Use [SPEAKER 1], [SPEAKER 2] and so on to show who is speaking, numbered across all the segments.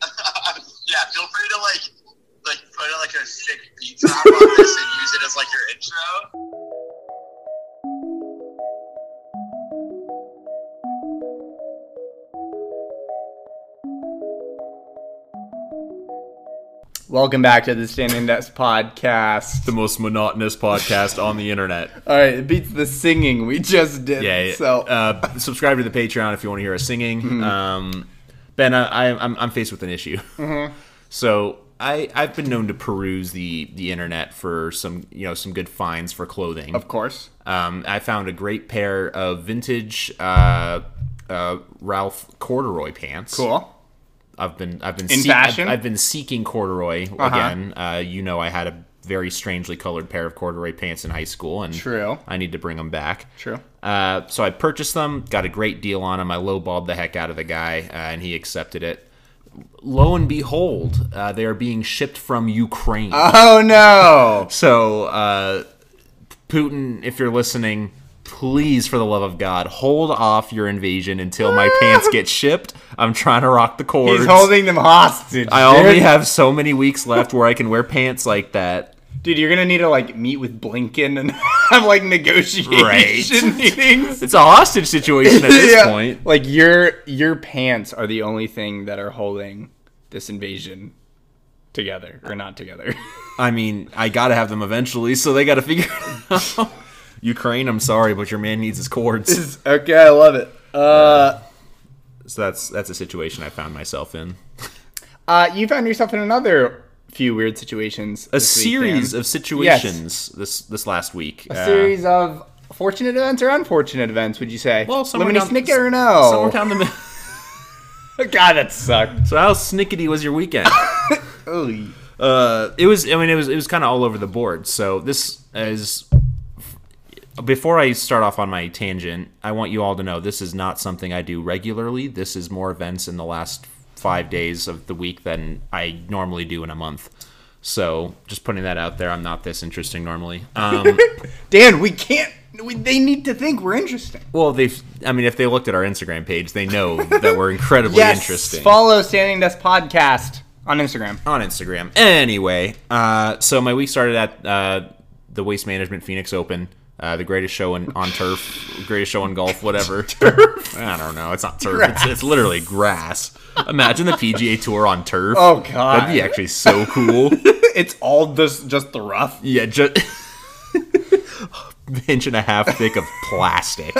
[SPEAKER 1] feel free to like like put in, like a sick beat drop on this and use it as like your intro.
[SPEAKER 2] Welcome back to the Standing Desk podcast.
[SPEAKER 3] the most monotonous podcast on the internet.
[SPEAKER 2] All right, it beats the singing we just did.
[SPEAKER 3] Yeah.
[SPEAKER 2] so Mm-hmm.
[SPEAKER 3] uh, subscribe to the Patreon if you want to hear us singing. Um, ben, I, I, I'm, I'm faced with an issue.
[SPEAKER 2] Mm-hmm.
[SPEAKER 3] So I, I've been known to peruse the the internet for some you know some good finds for clothing.
[SPEAKER 2] of course,
[SPEAKER 3] Um, I found a great pair of vintage uh, uh, Ralph corduroy pants.
[SPEAKER 2] cool.
[SPEAKER 3] I've been I've been
[SPEAKER 2] In
[SPEAKER 3] I've-
[SPEAKER 2] fashion? Uh-huh.
[SPEAKER 3] I've, been seeking corduroy again. Uh, you know, I had a very strangely colored pair of corduroy pants in high school, and
[SPEAKER 2] True.
[SPEAKER 3] I need to bring them back.
[SPEAKER 2] True.
[SPEAKER 3] Uh, so I purchased them, got a great deal on them. I lowballed the heck out of the guy, uh, and he accepted it. Lo and behold, uh, they are being shipped from Ukraine.
[SPEAKER 2] Oh no!
[SPEAKER 3] So, uh, Putin, if you're listening, please, for the love of God, hold off your invasion until my pants get shipped. I'm trying to rock the cords.
[SPEAKER 2] Ah. He's holding them hostage.
[SPEAKER 3] I
[SPEAKER 2] dude.
[SPEAKER 3] only have so many weeks left where I can wear pants like that.
[SPEAKER 2] Dude, you're gonna need to like meet with Blinken and have like negotiation
[SPEAKER 3] Right.
[SPEAKER 2] meetings.
[SPEAKER 3] It's a hostage situation at this
[SPEAKER 2] Yeah.
[SPEAKER 3] point.
[SPEAKER 2] Like your your pants are the only thing that are holding this invasion together or not together.
[SPEAKER 3] I mean, I gotta have them eventually, so they gotta figure it out. Ukraine, I'm sorry, but your man needs his cords.
[SPEAKER 2] okay, I love it. Uh,
[SPEAKER 3] So that's that's a situation I found myself in.
[SPEAKER 2] uh, you found yourself in another few weird situations.
[SPEAKER 3] A series of situations this this last week. Uh,
[SPEAKER 2] a series of fortunate events or unfortunate events. Would you say?
[SPEAKER 3] Well, somewhere
[SPEAKER 2] Lemony
[SPEAKER 3] down-
[SPEAKER 2] Snicket or no?
[SPEAKER 3] somewhere down the middle.
[SPEAKER 2] God, that sucked.
[SPEAKER 3] So how snickety was your weekend?
[SPEAKER 2] Ooh.
[SPEAKER 3] uh, it was. I mean, it was. It was kind of all over the board. So this is. Before I start off on my tangent, I want you all to know this is not something I do regularly. This is more events in the last five days of the week than I normally do in a month. So just putting that out there, I'm not this interesting normally. Um,
[SPEAKER 2] Dan, we can't. We, they need to think we're interesting.
[SPEAKER 3] well, they. have I mean, if they looked at our Instagram page, they know that we're incredibly interesting.
[SPEAKER 2] Follow Standing Desk Podcast on Instagram.
[SPEAKER 3] on Instagram. Anyway, uh, so my week started at uh, the Waste Management Phoenix Open, uh, the greatest show in, on turf, greatest show in golf, whatever. turf? I don't know. It's not turf. It's, it's literally grass. Imagine the PGA Tour on turf.
[SPEAKER 2] Oh, God.
[SPEAKER 3] that'd be actually so cool.
[SPEAKER 2] It's all this just the rough.
[SPEAKER 3] yeah, just inch and a half thick of plastic.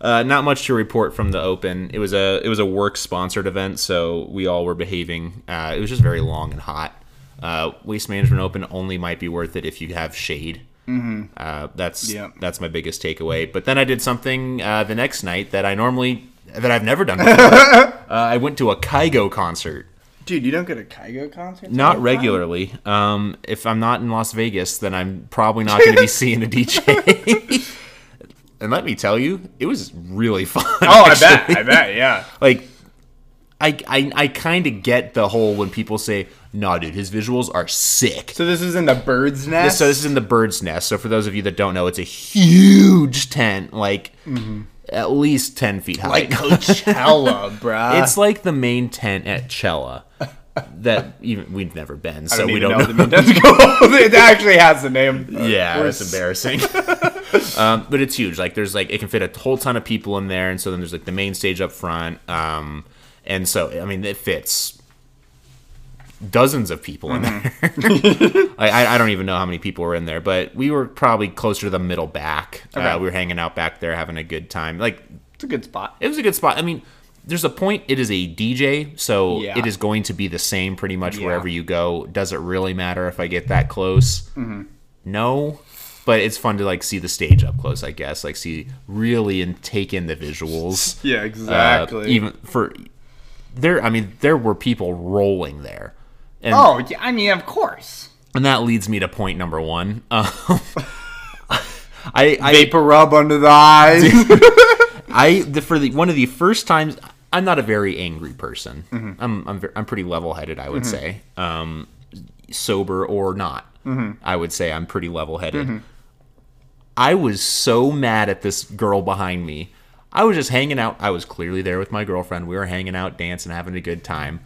[SPEAKER 3] Uh, not much to report from the Open. It was a it was a work sponsored event, so we all were behaving. Uh, it was just very long and hot. Uh, Waste Management Open only might be worth it if you have shade. Uh, that's
[SPEAKER 2] Yeah.
[SPEAKER 3] that's my biggest takeaway. But then I did something uh, the next night that I normally that I've never done before. uh, I went to a Kygo concert.
[SPEAKER 2] Dude, you don't go to Kygo concerts?
[SPEAKER 3] Not regularly. Um, if I'm not in Las Vegas, then I'm probably not going to be seeing a DJ. and let me tell you, it was really fun.
[SPEAKER 2] Oh, I
[SPEAKER 3] actually.
[SPEAKER 2] bet. I bet. Yeah.
[SPEAKER 3] Like, I I, I kind of get the whole when people say, "Nah, dude, his visuals are sick."
[SPEAKER 2] So this is in the bird's nest.
[SPEAKER 3] So this is in the bird's nest. So for those of you that don't know, it's a huge tent, like at least ten feet high.
[SPEAKER 2] Mm-hmm. like uh, Coachella, bruh.
[SPEAKER 3] It's like the main tent at Cella that even, we've never been, so
[SPEAKER 2] I don't
[SPEAKER 3] we
[SPEAKER 2] even
[SPEAKER 3] don't
[SPEAKER 2] know
[SPEAKER 3] know.
[SPEAKER 2] the name. it actually has the name.
[SPEAKER 3] yeah,
[SPEAKER 2] We're
[SPEAKER 3] that's
[SPEAKER 2] s-
[SPEAKER 3] embarrassing. um, but it's huge. Like there's like it can fit a whole ton of people in there, and so then there's like the main stage up front, um, and so I mean it fits dozens of people in
[SPEAKER 2] Mm-hmm.
[SPEAKER 3] there. I, I- I don't even know how many people were in there, but we were probably closer to the middle back.
[SPEAKER 2] Okay.
[SPEAKER 3] Uh, we were hanging out back there, having a good time. Like
[SPEAKER 2] It's a good spot.
[SPEAKER 3] it was a good spot. I mean, there's a point. It is a DJ, so
[SPEAKER 2] Yeah.
[SPEAKER 3] it is going to be the same pretty much
[SPEAKER 2] Yeah.
[SPEAKER 3] wherever you go. Does it really matter if I get that close?
[SPEAKER 2] Mm-hmm.
[SPEAKER 3] No, but it's fun to like see the stage up close. I guess like see really and take in the visuals.
[SPEAKER 2] Yeah,
[SPEAKER 3] Uh,
[SPEAKER 2] exactly.
[SPEAKER 3] even for there, I mean, there were people rolling there. And
[SPEAKER 2] oh, yeah, I mean, of course.
[SPEAKER 3] and that leads me to point number one. Um, I, I
[SPEAKER 2] Vapor rub under the eyes.
[SPEAKER 3] I the, for the one of the first times I'm not a very angry person. I'm I'm ver- I'm pretty level-headed, I would say. Um sober or not. I would say I'm pretty level-headed. I was so mad at this girl behind me. I was just hanging out. I was clearly there with my girlfriend. We were hanging out, dancing, having a good time.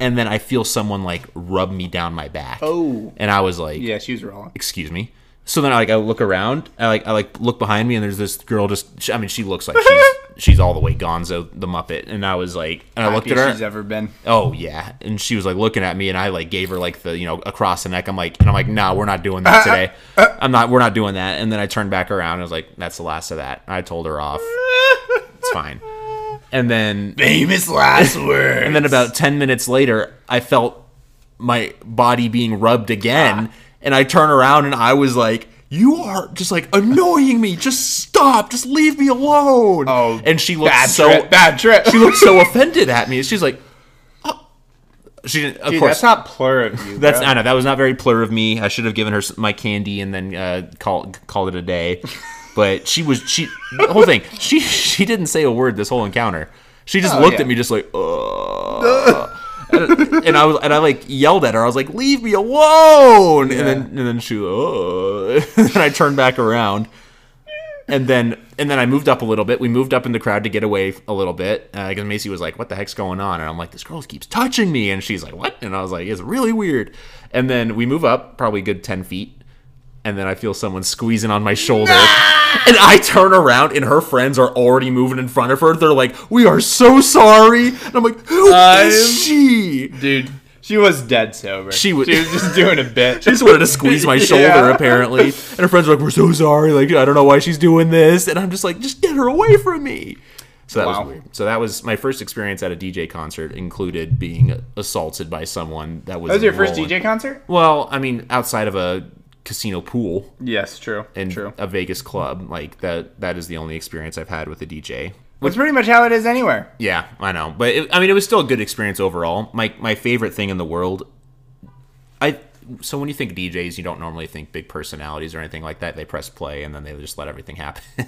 [SPEAKER 3] and then I feel someone like rub me down my back.
[SPEAKER 2] Oh.
[SPEAKER 3] And I was like,
[SPEAKER 2] Yeah, she was wrong.
[SPEAKER 3] excuse me. So then I like I look around, I like I like look behind me, and there's this girl. Just she, I mean, she looks like she's she's all the way Gonzo the Muppet, and I was like, and I looked at
[SPEAKER 2] Happiest
[SPEAKER 3] her.
[SPEAKER 2] she's ever been.
[SPEAKER 3] oh yeah, and she was like looking at me, and I like gave her like the you know across the neck. I'm like, and I'm like, nah, we're not doing that today. I'm not, we're not doing that. And then I turned back around, and I was like, that's the last of that. I told her off. It's fine. And then
[SPEAKER 2] Famous last word.
[SPEAKER 3] and then about 10 minutes later, I felt my body being rubbed again.
[SPEAKER 2] Ah.
[SPEAKER 3] And I turn around and I was like, You are just like annoying me. Just stop. Just leave me alone.
[SPEAKER 2] Oh,
[SPEAKER 3] and she
[SPEAKER 2] bad
[SPEAKER 3] looked so
[SPEAKER 2] trip. Bad trip.
[SPEAKER 3] she looked so offended at me. She's like, "Oh." She didn't, of
[SPEAKER 2] Dude,
[SPEAKER 3] course.
[SPEAKER 2] that's not plur of you.
[SPEAKER 3] That's
[SPEAKER 2] bro.
[SPEAKER 3] I know that was not very plur of me. I should have given her s- my candy and then uh, called called it a day. But she was she the whole thing. She she didn't say a word this whole encounter. She just
[SPEAKER 2] Oh,
[SPEAKER 3] looked
[SPEAKER 2] yeah.
[SPEAKER 3] at me just like uh and, and I was and I like yelled at her. I was like, "Leave me alone!" And then and then she uh and I turned back around. And then and then I moved up a little bit. We moved up in the crowd to get away a little bit because Macy was like, "What the heck's going on?" And I'm like, "This girl keeps touching me," and she's like, "What?" And I was like, "It's really weird." And then we move up probably a good ten feet, and then I feel someone squeezing on my shoulder. And I turn around, and her friends are already moving in front of her. They're like, "We are so sorry," and I'm like, "Who is
[SPEAKER 2] I'm-
[SPEAKER 3] she?"
[SPEAKER 2] dude. She was dead sober.
[SPEAKER 3] She was-
[SPEAKER 2] She was just doing a bit.
[SPEAKER 3] She just wanted to squeeze my shoulder,
[SPEAKER 2] Yeah.
[SPEAKER 3] apparently. And her friends were like, "We're so sorry. Like, I don't know why she's doing this." And I'm just like, "Just get her away from me." So that
[SPEAKER 2] Wow.
[SPEAKER 3] was weird. So that was my first experience at a DJ concert. Included being assaulted by someone that was.
[SPEAKER 2] That was your first
[SPEAKER 3] enrolling-
[SPEAKER 2] DJ concert?
[SPEAKER 3] Well, I mean, outside of a casino pool
[SPEAKER 2] Yes, true.
[SPEAKER 3] and
[SPEAKER 2] true.
[SPEAKER 3] a Vegas club, like that. That is the only experience I've had with a DJ.
[SPEAKER 2] That's pretty much how it is anywhere.
[SPEAKER 3] Yeah, I know, but it, I mean, it was still a good experience overall. My my favorite thing in the world, I so when you think DJs, you don't normally think big personalities or anything like that. They press play and then they just let everything happen.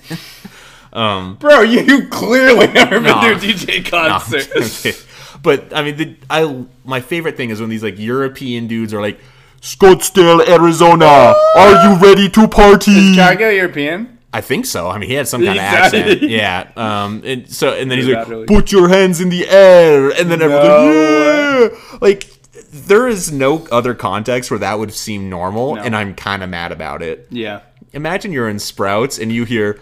[SPEAKER 2] Bro, you, you clearly never
[SPEAKER 3] Nah.
[SPEAKER 2] been to a DJ concert.
[SPEAKER 3] but I mean, the, I my favorite thing is when these like European dudes are like, Scottsdale, Arizona, are you ready to party?
[SPEAKER 2] Chicago European?
[SPEAKER 3] I think so. I mean, he had some kind of
[SPEAKER 2] He's-
[SPEAKER 3] accent. Yeah. Um. And so, and then he's
[SPEAKER 2] You're
[SPEAKER 3] like,
[SPEAKER 2] not really-
[SPEAKER 3] "Put your hands in the air," and then everyone's like, "Yeah." Like, there is no other context where that would seem normal, and I'm kind of mad about it.
[SPEAKER 2] Yeah.
[SPEAKER 3] Imagine you're in Sprouts and you hear.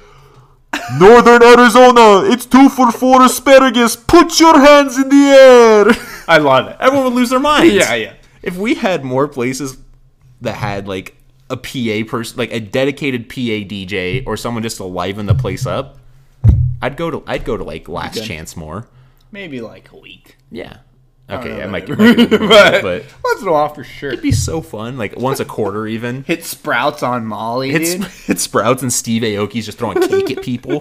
[SPEAKER 3] Northern Arizona, it's two for four asparagus. Put your hands in the air.
[SPEAKER 2] I love it.
[SPEAKER 3] Everyone would lose their minds.
[SPEAKER 2] Yeah, yeah.
[SPEAKER 3] If we had more places that had like a PA person, like a dedicated PA DJ, or someone just to liven the place up, I'd go to I'd go to like Last Chance more.
[SPEAKER 2] Maybe like a week.
[SPEAKER 3] Yeah. Okay,
[SPEAKER 2] know
[SPEAKER 3] yeah,
[SPEAKER 2] that
[SPEAKER 3] it might,
[SPEAKER 2] either.
[SPEAKER 3] might be a little bit,
[SPEAKER 2] But,
[SPEAKER 3] but
[SPEAKER 2] but
[SPEAKER 3] it'd
[SPEAKER 2] once in a while for sure.
[SPEAKER 3] be so fun. Like once a quarter, even.
[SPEAKER 2] Hit sprouts on Molly, dude.
[SPEAKER 3] It's, it's Sprouts and Steve Aoki's just throwing cake at people.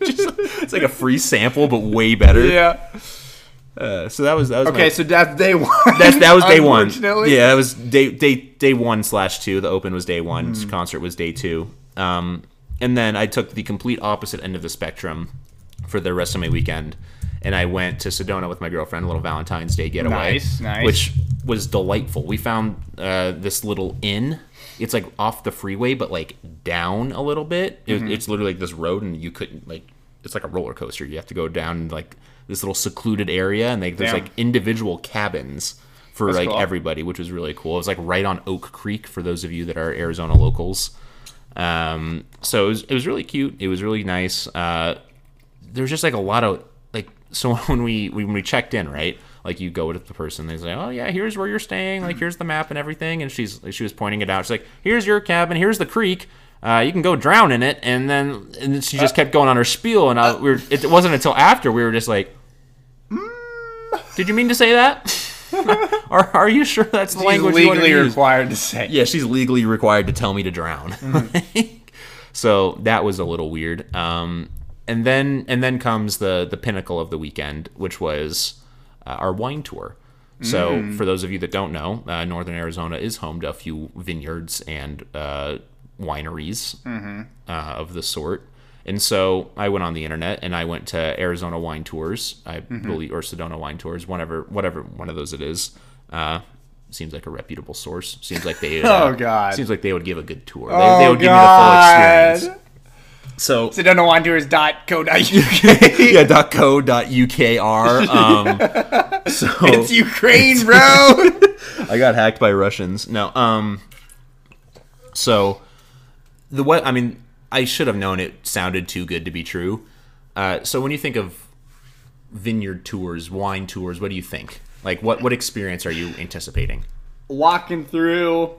[SPEAKER 3] Just- it's like a free sample, but way better.
[SPEAKER 2] Yeah.
[SPEAKER 3] Uh, so that was that was my
[SPEAKER 2] Okay, so that's day one.
[SPEAKER 3] That's that was day one.
[SPEAKER 2] Unfortunately.
[SPEAKER 3] Yeah, that was day day day one slash two. The open was day one.
[SPEAKER 2] Hmm.
[SPEAKER 3] Concert was day two. Um, and then I took the complete opposite end of the spectrum for the rest of my weekend, and I went to Sedona with my girlfriend, a little Valentine's Day getaway,
[SPEAKER 2] Nice, nice.
[SPEAKER 3] which was delightful. We found uh, this little inn. It's like off the freeway, but like down a little bit. It, It's literally like this road, and you couldn't like. It's like a roller coaster. You have to go down like this little secluded area, and like there's
[SPEAKER 2] Damn.
[SPEAKER 3] like individual cabins for like
[SPEAKER 2] cool.
[SPEAKER 3] everybody, which was really cool. It was like right on Oak Creek for those of you that are Arizona locals. Um, so it was, it was really cute. It was really nice. Uh, there's just like a lot of like so when we when we checked in right like you go to the person they say oh yeah here's where you're staying like here's the map and everything and she's she was pointing it out she's like here's your cabin here's the creek uh, you can go drown in it and then and then she just kept going on her spiel and I, we were, it wasn't until after we were just like did you mean to say that are, are you sure that's the
[SPEAKER 2] He's
[SPEAKER 3] language you wanted to
[SPEAKER 2] legally
[SPEAKER 3] use?
[SPEAKER 2] required to say.
[SPEAKER 3] yeah, she's legally required to tell me to drown. Mm-hmm. so that was a little weird. Um, and then and then comes the the pinnacle of the weekend, which was uh, our wine tour. So for those of you that don't know, uh, Northern Arizona is home to a few vineyards and uh, wineries uh, of the sort. And so I went on the internet and I went to Arizona Wine Tours, I
[SPEAKER 2] Mm-hmm.
[SPEAKER 3] believe, or Sedona Wine Tours, whatever, whatever one of those it is. Uh, seems like a reputable source. Seems like they. Uh,
[SPEAKER 2] Oh, God.
[SPEAKER 3] Seems like they would give a good tour. They,
[SPEAKER 2] Oh,
[SPEAKER 3] they would give me the full
[SPEAKER 2] God.
[SPEAKER 3] experience. So
[SPEAKER 2] Sedonawandtours.co.uk.
[SPEAKER 3] yeah, dot co dot ukr. Um, so
[SPEAKER 2] It's Ukraine, bro.
[SPEAKER 3] I got hacked by Russians. No, um, so the what? I mean, I should have known it sounded too good to be true. Uh, so when you think of vineyard tours, wine tours, what do you think? Like, what what experience are you anticipating?
[SPEAKER 2] Walking through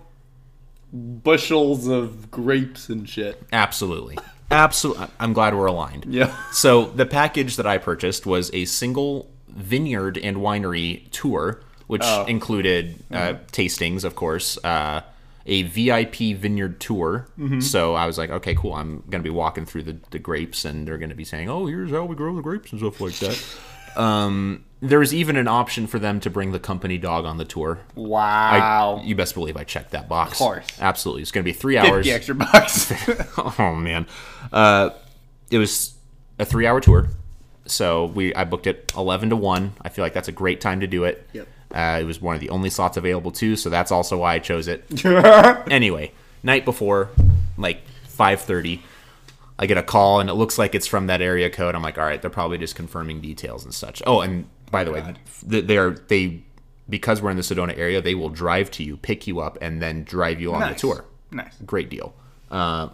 [SPEAKER 2] bushels of grapes and shit.
[SPEAKER 3] Absolutely, absolutely. I'm glad we're aligned.
[SPEAKER 2] Yeah.
[SPEAKER 3] So the package that I purchased was a single vineyard and winery tour, which
[SPEAKER 2] Oh.
[SPEAKER 3] included uh,
[SPEAKER 2] Mm-hmm.
[SPEAKER 3] tastings, of course, uh, a VIP vineyard tour.
[SPEAKER 2] Mm-hmm.
[SPEAKER 3] So I was like, okay, cool. I'm going to be walking through the, the grapes, and they're going to be saying, oh, here's how we grow the grapes and stuff like that. um, there was even an option for them to bring the company dog on the tour. I-
[SPEAKER 2] Wow.
[SPEAKER 3] you best believe I checked that box. Of
[SPEAKER 2] course.
[SPEAKER 3] Absolutely. It's going to be three hours
[SPEAKER 2] Fifty extra bucks.
[SPEAKER 3] oh man, uh, it was a three-hour tour, so we I booked it eleven to one. I feel like that's a great time to do it.
[SPEAKER 2] Yep.
[SPEAKER 3] Uh, it was one of the only slots available too, so that's also why I chose it. anyway, night before, like five thirty, I get a call and it looks like it's from that area code. I'm like, all right, they're probably just confirming details and such. Oh, and by the way, th- they are they because we're in the Sedona area, they will drive to you, pick you up, and then drive you on
[SPEAKER 2] Nice.
[SPEAKER 3] the tour
[SPEAKER 2] nice.
[SPEAKER 3] great deal. Uh,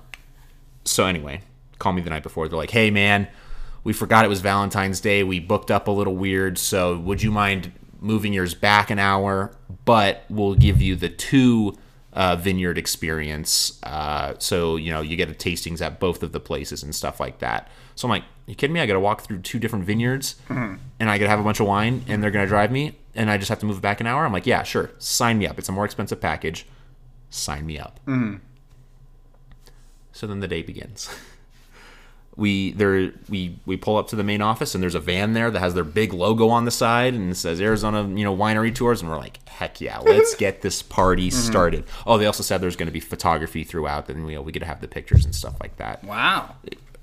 [SPEAKER 3] so anyway, call me the night before. They're like, "Hey man, we forgot it was Valentine's Day. We booked up a little weird. So would you mind moving yours back an hour? But we'll give you the two uh, vineyard experience. Uh, so you know you get a tastings at both of the places and stuff like that. So I'm like, you kidding me? I got to walk through two different vineyards, and I got to have a bunch of wine, and they're gonna drive me, and I just have to move back an hour. I'm like, yeah, sure, sign me up. It's a more expensive package. Sign me up. So then the day begins. We there we we pull up to the main office and there's a van there that has their big logo on the side and it says Arizona you know winery tours and we're like heck yeah let's get this party started. Oh, they also said there's going to be photography throughout. Then we we get to have the pictures and stuff like that.
[SPEAKER 2] Wow.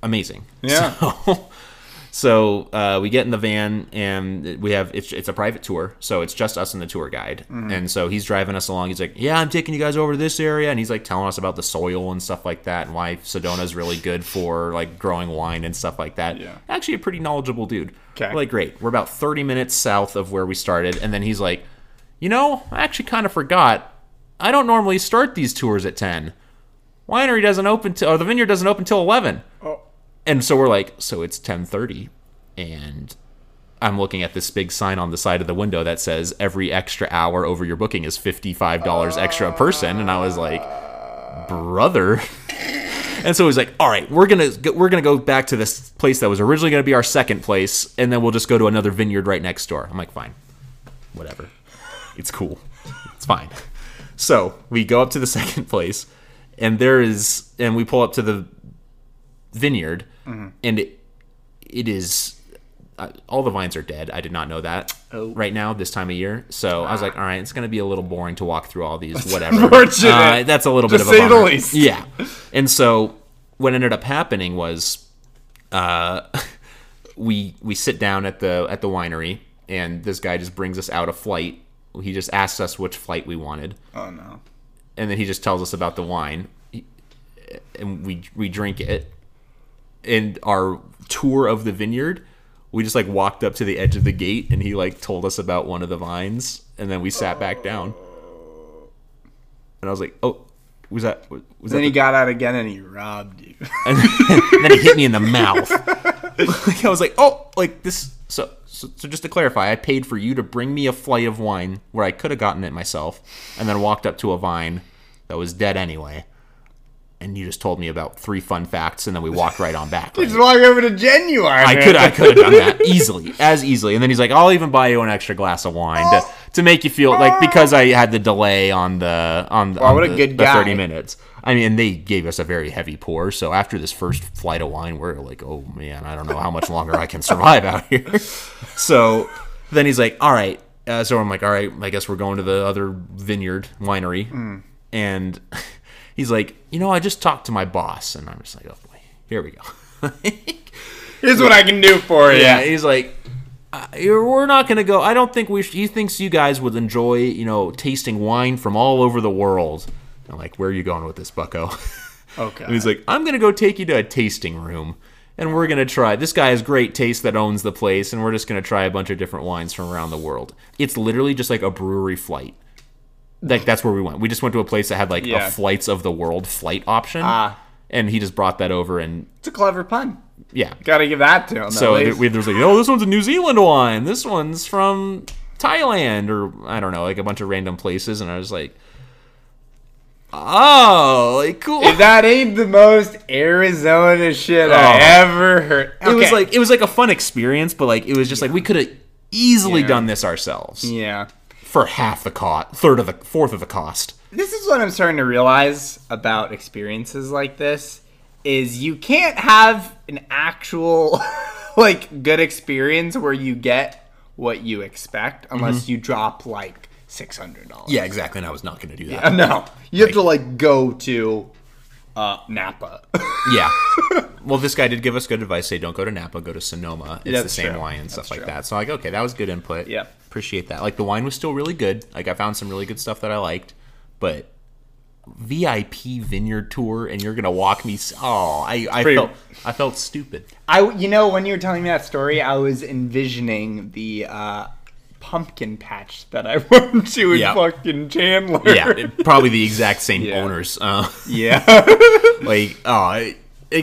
[SPEAKER 3] Amazing.
[SPEAKER 2] Yeah.
[SPEAKER 3] So, so uh, we get in the van and we have it's it's a private tour, so it's just us and the tour guide. And so he's driving us along. He's like, "Yeah, I'm taking you guys over to this area," and he's like telling us about the soil and stuff like that, and why Sedona's really good for like growing wine and stuff like that.
[SPEAKER 2] Yeah.
[SPEAKER 3] actually, a pretty knowledgeable dude.
[SPEAKER 2] 'Kay.
[SPEAKER 3] We're like, great. We're about 30 minutes south of where we started, and then he's like, "You know, I actually kind of forgot. I don't normally start these tours at 10. Winery doesn't open till, or the vineyard doesn't open till 11." and so we're like so it's 10:30 and I'm looking at this big sign on the side of the window that says every extra hour over your booking is $55 extra a person and I was like brother and so he's like all right we're going to we're going to go back to this place that was originally going to be our second place and then we'll just go to another vineyard right next door I'm like fine whatever it's cool it's fine so we go up to the second place and there is and we pull up to the vineyard,
[SPEAKER 2] Mm-hmm.
[SPEAKER 3] and it, it is uh, all the vines are dead. I did not know that
[SPEAKER 2] Oh. Ah.
[SPEAKER 3] right now this time of year. So I was like, all right, it's going to be a little boring to walk through all these. Whatever.
[SPEAKER 2] unfortunate,
[SPEAKER 3] Uh, that's a little
[SPEAKER 2] to
[SPEAKER 3] bit of
[SPEAKER 2] say the
[SPEAKER 3] a bummer.
[SPEAKER 2] least.
[SPEAKER 3] Yeah, and so what ended up happening was, uh, we we sit down at the at the winery, and this guy just brings us out a flight. He just asked us which flight we wanted
[SPEAKER 2] Oh no.
[SPEAKER 3] and then he just tells us about the wine, and we we drink it. And our tour of the vineyard, we just like walked up to the edge of the gate, and he like told us about one of the vines, and then we sat back down. And I was like, "Oh, was that was that?"
[SPEAKER 2] Then he got out again and he robbed you.
[SPEAKER 3] the- and then he hit me in the mouth. like I was like, "Oh, like this." So, so so just to clarify, I paid for you to bring me a flight of wine where I could have gotten it myself, and then walked up to a vine that was dead anyway. And you just told me about three fun facts, and then we walked right on back. right?
[SPEAKER 2] He's walking over to Genuine.
[SPEAKER 3] I could I could have done that easily, as easily. And then he's like, "I'll even buy you an extra glass of wine to,
[SPEAKER 2] Oh.
[SPEAKER 3] to make you feel like because I had the delay on the on, the- on
[SPEAKER 2] what a
[SPEAKER 3] the,
[SPEAKER 2] good
[SPEAKER 3] the
[SPEAKER 2] guy.
[SPEAKER 3] thirty minutes." I mean, and they gave us a very heavy pour. So after this first flight of wine, we're like, "Oh man, I don't know how much longer I can survive out here." So then he's like, "All right." Uh, so I'm like, "All right, I guess we're going to the other vineyard winery."
[SPEAKER 2] Hmm.
[SPEAKER 3] And he's like, "You know, I just talked to my boss," and I'm just like, "Oh boy, here we go."
[SPEAKER 2] Here's what I can do for you.
[SPEAKER 3] Yeah, he's like, "Uh, we're not gonna go. I don't think we. Sh-. He thinks you guys would enjoy, you know, tasting wine from all over the world. I'm like, where are you going with this, Bucko?
[SPEAKER 2] Okay.
[SPEAKER 3] And he's like, I'm going to go take you to a tasting room. And we're going to try. This guy has great taste that owns the place. And we're just going to try a bunch of different wines from around the world. It's literally just like a brewery flight. Like, that's where we went. We just went to a place that had like
[SPEAKER 2] Yeah.
[SPEAKER 3] a flights of the world flight option.
[SPEAKER 2] Ah.
[SPEAKER 3] And he just brought that over. And
[SPEAKER 2] it's a clever pun.
[SPEAKER 3] yeah.
[SPEAKER 2] Gotta give that to him.
[SPEAKER 3] So
[SPEAKER 2] at
[SPEAKER 3] there,
[SPEAKER 2] least.
[SPEAKER 3] we, there was like, oh, this one's a New Zealand wine. This one's from Thailand, or I don't know, like a bunch of random places. And I was like, oh, like cool.
[SPEAKER 2] If that ain't the most Arizona shit I
[SPEAKER 3] Oh.
[SPEAKER 2] ever heard.
[SPEAKER 3] It was
[SPEAKER 2] Okay.
[SPEAKER 3] like it was like a fun experience, but like it was just like we could have easily
[SPEAKER 2] Yeah.
[SPEAKER 3] done this ourselves
[SPEAKER 2] yeah.
[SPEAKER 3] for half the cost, third of the fourth of the cost.
[SPEAKER 2] This is what I'm starting to realize about experiences like this is you can't have an actual like good experience where you get what you expect unless
[SPEAKER 3] Mm-hmm.
[SPEAKER 2] you drop like $600.
[SPEAKER 3] Yeah, exactly. And I was not going to do that.
[SPEAKER 2] Uh, No. You have to like go to uh Napa.
[SPEAKER 3] Yeah. well, this guy did give us good advice. Say, don't go to Napa, go to Sonoma. It's the
[SPEAKER 2] That's
[SPEAKER 3] same
[SPEAKER 2] true.
[SPEAKER 3] wine and stuff
[SPEAKER 2] That's
[SPEAKER 3] like
[SPEAKER 2] true.
[SPEAKER 3] that. So, like, okay, that was good input.
[SPEAKER 2] Yep.
[SPEAKER 3] Appreciate that. Like, the wine was still really good. Like, I found some really good stuff that I liked, but VIP vineyard tour, and you're gonna walk me. s- Oh, I, I
[SPEAKER 2] pretty-
[SPEAKER 3] felt, I felt stupid.
[SPEAKER 2] I you know when you were telling me that story, I was envisioning the uh pumpkin patch that I went to in
[SPEAKER 3] Yeah.
[SPEAKER 2] fucking Chandler.
[SPEAKER 3] Yeah, it- probably the exact same
[SPEAKER 2] Yeah.
[SPEAKER 3] owners. Uh,
[SPEAKER 2] yeah.
[SPEAKER 3] like oh it,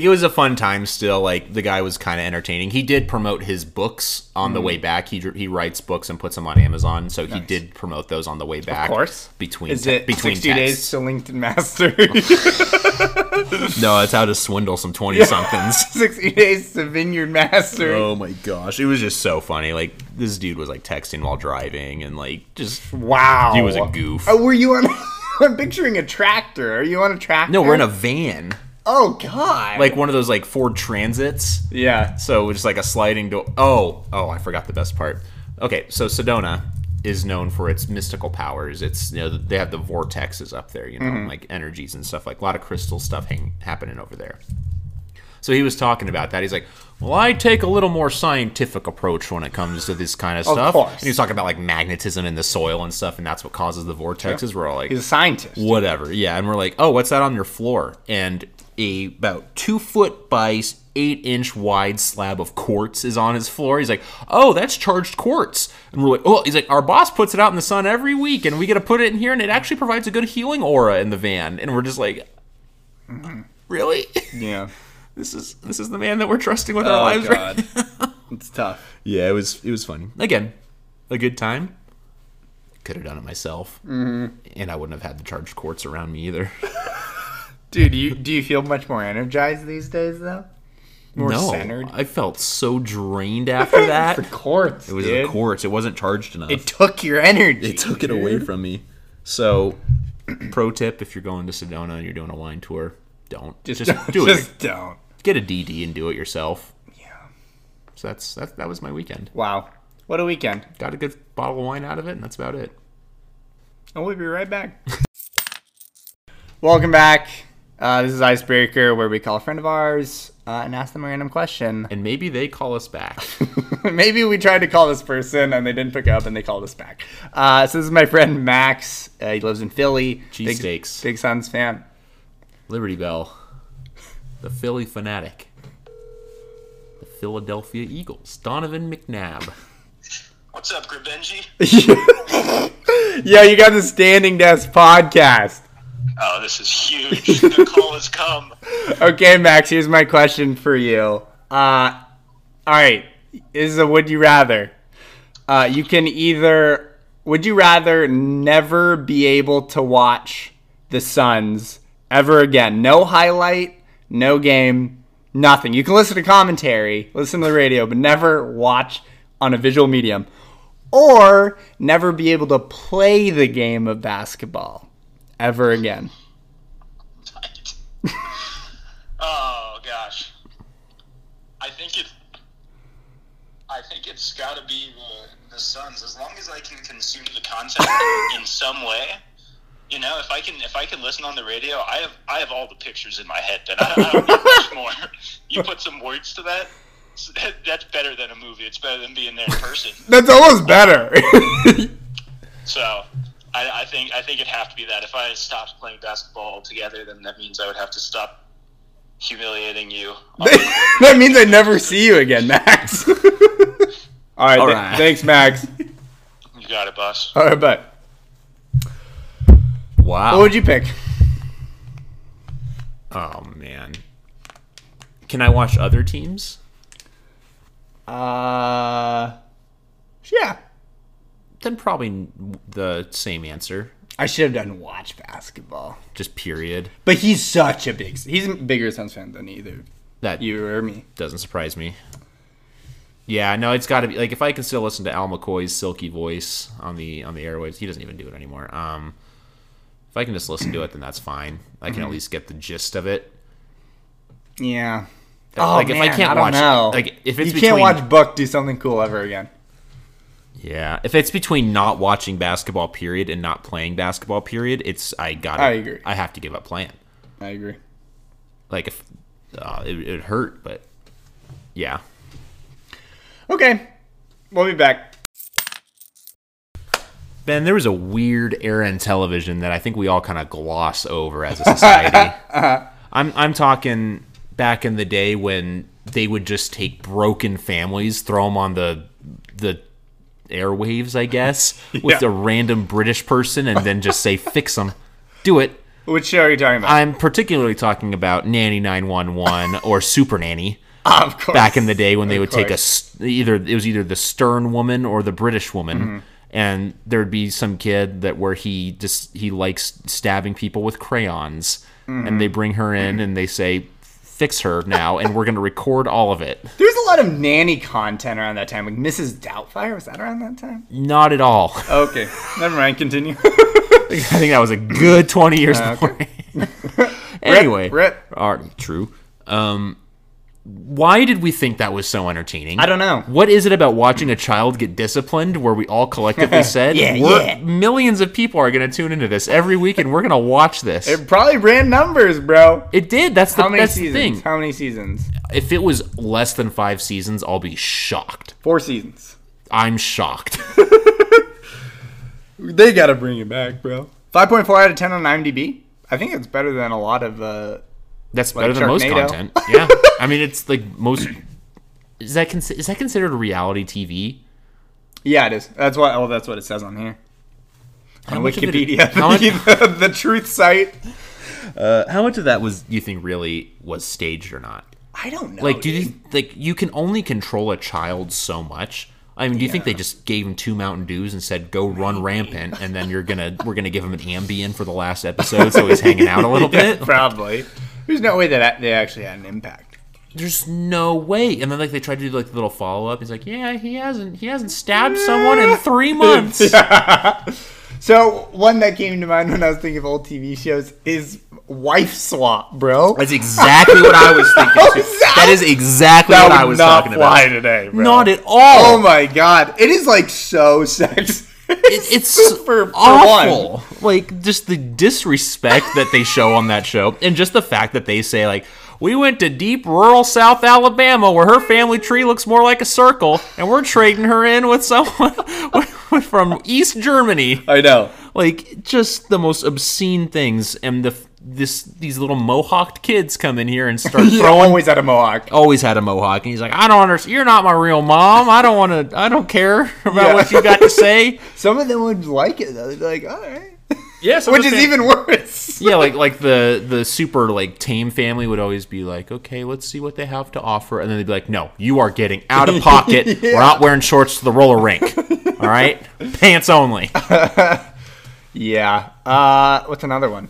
[SPEAKER 3] it was a fun time still like the guy was kind of entertaining he did promote his books on
[SPEAKER 2] Mm.
[SPEAKER 3] the way back he dr- he writes books and puts them on amazon so he did promote those on the way back
[SPEAKER 2] Of course.
[SPEAKER 3] between Oh.
[SPEAKER 2] Is
[SPEAKER 3] te-
[SPEAKER 2] it
[SPEAKER 3] between
[SPEAKER 2] 60 days
[SPEAKER 3] texts.
[SPEAKER 2] to LinkedIn Master?
[SPEAKER 3] no that's how to swindle some 20 somethings
[SPEAKER 2] 60 days to Vineyard Master?
[SPEAKER 3] oh my gosh it was just so funny like this dude was like texting while driving and like just
[SPEAKER 2] Wow.
[SPEAKER 3] he was a goof
[SPEAKER 2] Oh, were you on... I'm picturing a tractor. Are you on a tractor?
[SPEAKER 3] no we're in a van
[SPEAKER 2] Oh, God.
[SPEAKER 3] like one of those like ford transits
[SPEAKER 2] Yeah.
[SPEAKER 3] So just like a sliding door. Oh, oh, I forgot the best part. Okay, so Sedona is known for its mystical powers. It's you know they have the vortexes up there, you know, like energies and stuff like a lot of crystal stuff hang, happening over there. So he was talking about that. He's like, "Well, I take a little more scientific approach when it comes to this kind of stuff."
[SPEAKER 2] course.
[SPEAKER 3] And he was talking about like magnetism in the soil and stuff, and that's what causes the vortexes. We're all like,
[SPEAKER 2] He's a scientist.
[SPEAKER 3] whatever yeah and we're like oh what's that on your floor and a about two foot by s- eight inch wide slab of quartz is on his floor he's like oh that's charged quartz and we're like oh he's like our boss puts it out in the sun every week and we get to put it in here and it actually provides a good healing aura in the van and we're just like really
[SPEAKER 2] Yeah.
[SPEAKER 3] this is this is the man that we're trusting with our
[SPEAKER 2] Oh,
[SPEAKER 3] lives Oh, right
[SPEAKER 2] it's tough.
[SPEAKER 3] yeah, it was it was fun. Again, a good time. Could have done it myself, mm-hmm. and I wouldn't have had the charged quartz around me either.
[SPEAKER 2] Dude, you, do you feel much more energized these days, though? More
[SPEAKER 3] no,
[SPEAKER 2] centered?
[SPEAKER 3] I felt so drained after that.
[SPEAKER 2] The quartz,
[SPEAKER 3] it was
[SPEAKER 2] dude.
[SPEAKER 3] the quartz. It wasn't charged enough.
[SPEAKER 2] It took your energy.
[SPEAKER 3] They took it away from me. So, pro tip: if you're going to Sedona and you're doing a wine tour, don't just, do
[SPEAKER 2] Just
[SPEAKER 3] it.
[SPEAKER 2] don't.
[SPEAKER 3] Get a DD and do it yourself.
[SPEAKER 2] Yeah.
[SPEAKER 3] So that's that. That was my weekend.
[SPEAKER 2] Wow. What a weekend.
[SPEAKER 3] Got a good bottle of wine out of it, and that's about it.
[SPEAKER 2] And we'll be right back. Welcome back. Uh, this is Icebreaker, where we call a friend of ours uh, and ask them a random question.
[SPEAKER 3] And maybe they call us back.
[SPEAKER 2] Maybe we tried to call this person and they didn't pick up and they called us back. Uh, so this is my friend Max. Uh, he lives in Philly. Big-
[SPEAKER 3] Cheesesteaks.
[SPEAKER 2] Big Suns fan.
[SPEAKER 3] Liberty Bell, the Philly fanatic, the Philadelphia Eagles, Donovan McNabb.
[SPEAKER 1] What's up, Gribenji?
[SPEAKER 2] yeah, you got the Standing Desk podcast.
[SPEAKER 1] Oh, this is huge. the call has come.
[SPEAKER 2] Okay, Max, here's my question for you. Uh, all right, this is a would you rather. Uh, you can either would you rather never be able to watch the Suns ever again? No highlight, no game, nothing. You can listen to commentary, listen to the radio, but never watch on a visual medium, or never be able to play the game of basketball ever again.
[SPEAKER 1] Oh gosh, I think it. I think it's got to be the, the Suns. As long as I can consume the content in some way, you know, if I can, if I can listen on the radio, I have, I have all the pictures in my head. Then I, I don't need much more. You put some words to that. s- that- That's better than a movie. It's better than being there in person.
[SPEAKER 2] That's almost better.
[SPEAKER 1] So I, I think I think it'd have to be that. If I stopped playing basketball altogether, then that means I would have to stop humiliating you. Oh,
[SPEAKER 2] that means I never see you again, Max. All right,
[SPEAKER 3] All
[SPEAKER 2] th-
[SPEAKER 3] right.
[SPEAKER 2] thanks, Max.
[SPEAKER 1] you got it, boss.
[SPEAKER 2] All right, but
[SPEAKER 3] Wow.
[SPEAKER 2] what would you pick?
[SPEAKER 3] oh man. Can I watch other teams?
[SPEAKER 2] Uh, yeah,
[SPEAKER 3] Then probably n- the same answer.
[SPEAKER 2] I should have done watch basketball,
[SPEAKER 3] Just period.
[SPEAKER 2] but he's such a big. He's a bigger Suns fan than either
[SPEAKER 3] That
[SPEAKER 2] you or me.
[SPEAKER 3] doesn't surprise me. Yeah, no, it's got to be like if I can still listen to Al McCoy's silky voice on the on the airwaves, he doesn't even do it anymore. Um, if I can just listen to it, then that's fine. I can at least get the gist of it.
[SPEAKER 2] Yeah. Oh,
[SPEAKER 3] like if I can't
[SPEAKER 2] don't
[SPEAKER 3] watch-
[SPEAKER 2] know.
[SPEAKER 3] like, if it's
[SPEAKER 2] you
[SPEAKER 3] between-
[SPEAKER 2] can't watch Buck do something cool ever again.
[SPEAKER 3] Yeah, if it's between not watching basketball period and not playing basketball period, it's I got
[SPEAKER 2] I agree.
[SPEAKER 3] I have to give up playing.
[SPEAKER 2] I agree.
[SPEAKER 3] Like if uh, it it hurt, but yeah.
[SPEAKER 2] Okay, we'll be back.
[SPEAKER 3] Ben, there was a weird era in television that I think we all kind of gloss over as a society. I'm I'm talking back in the day when they would just take broken families, throw them on the the airwaves, I guess, with
[SPEAKER 2] Yeah.
[SPEAKER 3] a random British person, and then just say fix them, do it.
[SPEAKER 2] Which show are you talking about?
[SPEAKER 3] I'm particularly talking about Nanny 911 or Super Nanny
[SPEAKER 2] of course.
[SPEAKER 3] Ah, back in the day when they would take a
[SPEAKER 2] course.
[SPEAKER 3] s- either it was either the stern woman or the British woman,
[SPEAKER 2] Mm-hmm.
[SPEAKER 3] and there'd be some kid that where he just he likes stabbing people with crayons, and
[SPEAKER 2] Mm-hmm.
[SPEAKER 3] they bring her in and they say, "Fix her now," and we're gonna record all of it.
[SPEAKER 2] There's a lot of nanny content around that time. Like Mrs. Doubtfire was that around that time?
[SPEAKER 3] Not at all.
[SPEAKER 2] Okay, never mind. Continue.
[SPEAKER 3] I think that was a good twenty years
[SPEAKER 2] Ah,
[SPEAKER 3] before. anyway,
[SPEAKER 2] rip.
[SPEAKER 3] All right, true. Um, why did we think that was so entertaining?
[SPEAKER 2] I don't know.
[SPEAKER 3] What is it about watching a child get disciplined where we all collectively said,
[SPEAKER 2] Yeah,
[SPEAKER 3] we're,
[SPEAKER 2] yeah.
[SPEAKER 3] millions of people are going to tune into this every week and we're going to watch this? It,
[SPEAKER 2] It probably ran numbers, bro.
[SPEAKER 3] did. That's the,
[SPEAKER 2] How many
[SPEAKER 3] that's the
[SPEAKER 2] seasons?
[SPEAKER 3] thing.
[SPEAKER 2] How many seasons?
[SPEAKER 3] If it was less than five seasons, I'll be shocked.
[SPEAKER 2] Four seasons.
[SPEAKER 3] I'm shocked.
[SPEAKER 2] They gotta bring it back, bro. Five point four out of ten on IMDb. I think it's better than a lot of. Uh,
[SPEAKER 3] That's
[SPEAKER 2] Like
[SPEAKER 3] better than most
[SPEAKER 2] Sharknado.
[SPEAKER 3] content. Yeah. I mean, it's like most. Is that, consi- is that considered reality TV?
[SPEAKER 2] yeah, it is. That's what. Oh, that's what it says on here. On
[SPEAKER 3] much of it-
[SPEAKER 2] Wikipedia,
[SPEAKER 3] how much- Uh,
[SPEAKER 2] the, the truth site.
[SPEAKER 3] How much of that was you think really was staged or not?
[SPEAKER 2] I don't know.
[SPEAKER 3] Like, do you like you can only control a child so much? I mean, do you think they just gave him two Mountain Dews and said go run rampant, and then you're gonna we're gonna give him an Ambien for the last episode, so he's hanging out a little
[SPEAKER 2] Yeah,
[SPEAKER 3] bit?
[SPEAKER 2] probably. There's no way that they actually had an impact.
[SPEAKER 3] There's no way. And then like they tried to do like the little follow up. He's like, yeah, he hasn't he hasn't stabbed someone in three months.
[SPEAKER 2] So one that came to mind when I was thinking of old TV shows is Wife Swap, bro.
[SPEAKER 3] That's exactly what I was thinking. too. That is exactly
[SPEAKER 2] Oh, That
[SPEAKER 3] what
[SPEAKER 2] would
[SPEAKER 3] I was
[SPEAKER 2] not
[SPEAKER 3] talking
[SPEAKER 2] fly
[SPEAKER 3] about.
[SPEAKER 2] today, bro.
[SPEAKER 3] Not at
[SPEAKER 2] Oh
[SPEAKER 3] all.
[SPEAKER 2] my god, it is like so sexy.
[SPEAKER 3] It- it's
[SPEAKER 2] super
[SPEAKER 3] awful. Like just the disrespect that they show on that show, and just the fact that they say like, "We went to deep rural South Alabama where her family tree looks more like a circle, and we're trading her in with someone from East Germany."
[SPEAKER 2] I know.
[SPEAKER 3] Like just the most obscene things, and the this these little mohawked kids come in here and start
[SPEAKER 2] They're
[SPEAKER 3] throwing
[SPEAKER 2] always at a mohawk.
[SPEAKER 3] always had a mohawk and he's like i don't understand you're not my real mom i don't want to i don't care about
[SPEAKER 2] Yeah.
[SPEAKER 3] what you got to say
[SPEAKER 2] Some of them would like it though. They'd be like, all right,
[SPEAKER 3] yes
[SPEAKER 2] which is even worse.
[SPEAKER 3] yeah like like the the super like tame family would always be like okay let's see what they have to offer and then they'd be like no you are getting out of pocket we're not wearing shorts to the roller rink all right pants only
[SPEAKER 2] Yeah. Uh, what's another one?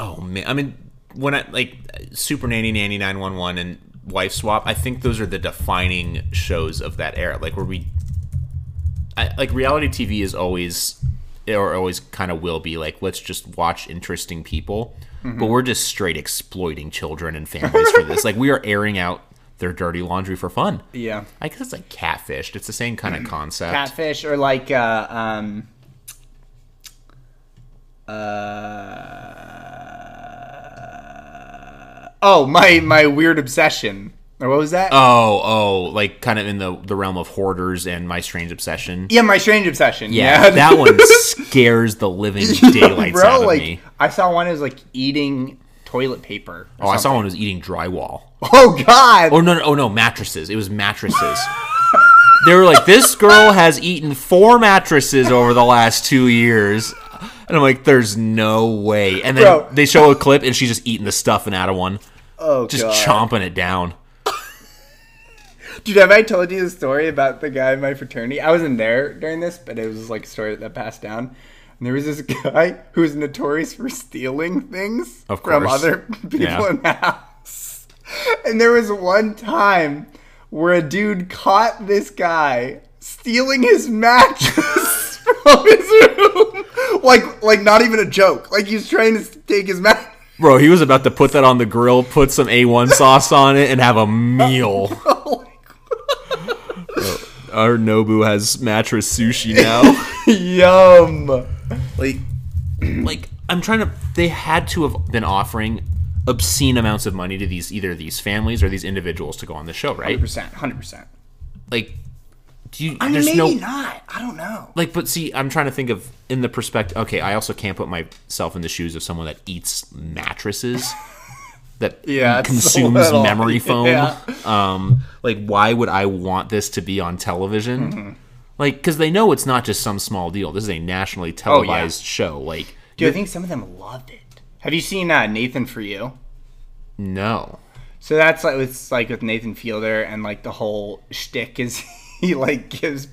[SPEAKER 3] oh man i mean when i like super nanny nanny 911 and wife swap i think those are the defining shows of that era like where we I, like reality tv is always or always kind of will be like let's just watch interesting people
[SPEAKER 2] Mm-hmm.
[SPEAKER 3] but we're just straight exploiting children and families for this like we are airing out their dirty laundry for fun
[SPEAKER 2] Yeah, Mm-hmm.
[SPEAKER 3] i guess it's like catfished it's the same kind of concept
[SPEAKER 2] catfish or like uh, um. Uh, oh my my weird obsession. Or what was that?
[SPEAKER 3] oh oh like kind of in the the realm of hoarders and my strange obsession
[SPEAKER 2] yeah, my strange obsession.
[SPEAKER 3] Yeah,
[SPEAKER 2] Yeah,
[SPEAKER 3] that one scares the living daylights
[SPEAKER 2] bro,
[SPEAKER 3] out of
[SPEAKER 2] like
[SPEAKER 3] me.
[SPEAKER 2] I saw one. It was like eating toilet paper.
[SPEAKER 3] Oh, I saw one was eating drywall.
[SPEAKER 2] Oh God!
[SPEAKER 3] Oh no, no, oh no, mattresses. It was mattresses. they were like, this girl has eaten four mattresses over the last two years. And I'm like, there's no way. And then
[SPEAKER 2] Bro.
[SPEAKER 3] they show a clip and she's just eating the stuffing out of one.
[SPEAKER 2] oh
[SPEAKER 3] Just
[SPEAKER 2] God.
[SPEAKER 3] chomping it down.
[SPEAKER 2] Dude, have I told you the story about the guy in my fraternity? I wasn't there during this, but it was like a story that passed down. And there was this guy who was notorious for stealing things
[SPEAKER 3] Of
[SPEAKER 2] from
[SPEAKER 3] course.
[SPEAKER 2] other people
[SPEAKER 3] Yeah.
[SPEAKER 2] in the house. And there was one time where a dude caught this guy stealing his mattress from his room. Like like not even a joke. Like he was trying to take his mattress.
[SPEAKER 3] Bro, he was about to put that on the grill, put some A1 sauce on it, and have a meal.
[SPEAKER 2] Oh
[SPEAKER 3] Our Nobu has mattress sushi now.
[SPEAKER 2] Yum.
[SPEAKER 3] like like i'm trying to they had to have been offering obscene amounts of money to these either these families or these individuals to go on the show right
[SPEAKER 2] 100%. 100%.
[SPEAKER 3] like do you
[SPEAKER 2] I mean,
[SPEAKER 3] there's
[SPEAKER 2] maybe
[SPEAKER 3] no
[SPEAKER 2] not. I don't know.
[SPEAKER 3] like but see i'm trying to think of in the perspective okay i also can't put myself in the shoes of someone that eats mattresses that
[SPEAKER 2] Yeah, it's a
[SPEAKER 3] consumes
[SPEAKER 2] little-
[SPEAKER 3] memory foam
[SPEAKER 2] yeah.
[SPEAKER 3] um like why would i want this to be on television
[SPEAKER 2] Mm-hmm.
[SPEAKER 3] like because they know it's not just some small deal this is a
[SPEAKER 2] Oh,
[SPEAKER 3] nationally televised show like
[SPEAKER 2] Dude, I think some of them loved it. Have you seen uh, Nathan for You?
[SPEAKER 3] no
[SPEAKER 2] So that's like it's like with Nathan Fielder and like the whole shtick is he like gives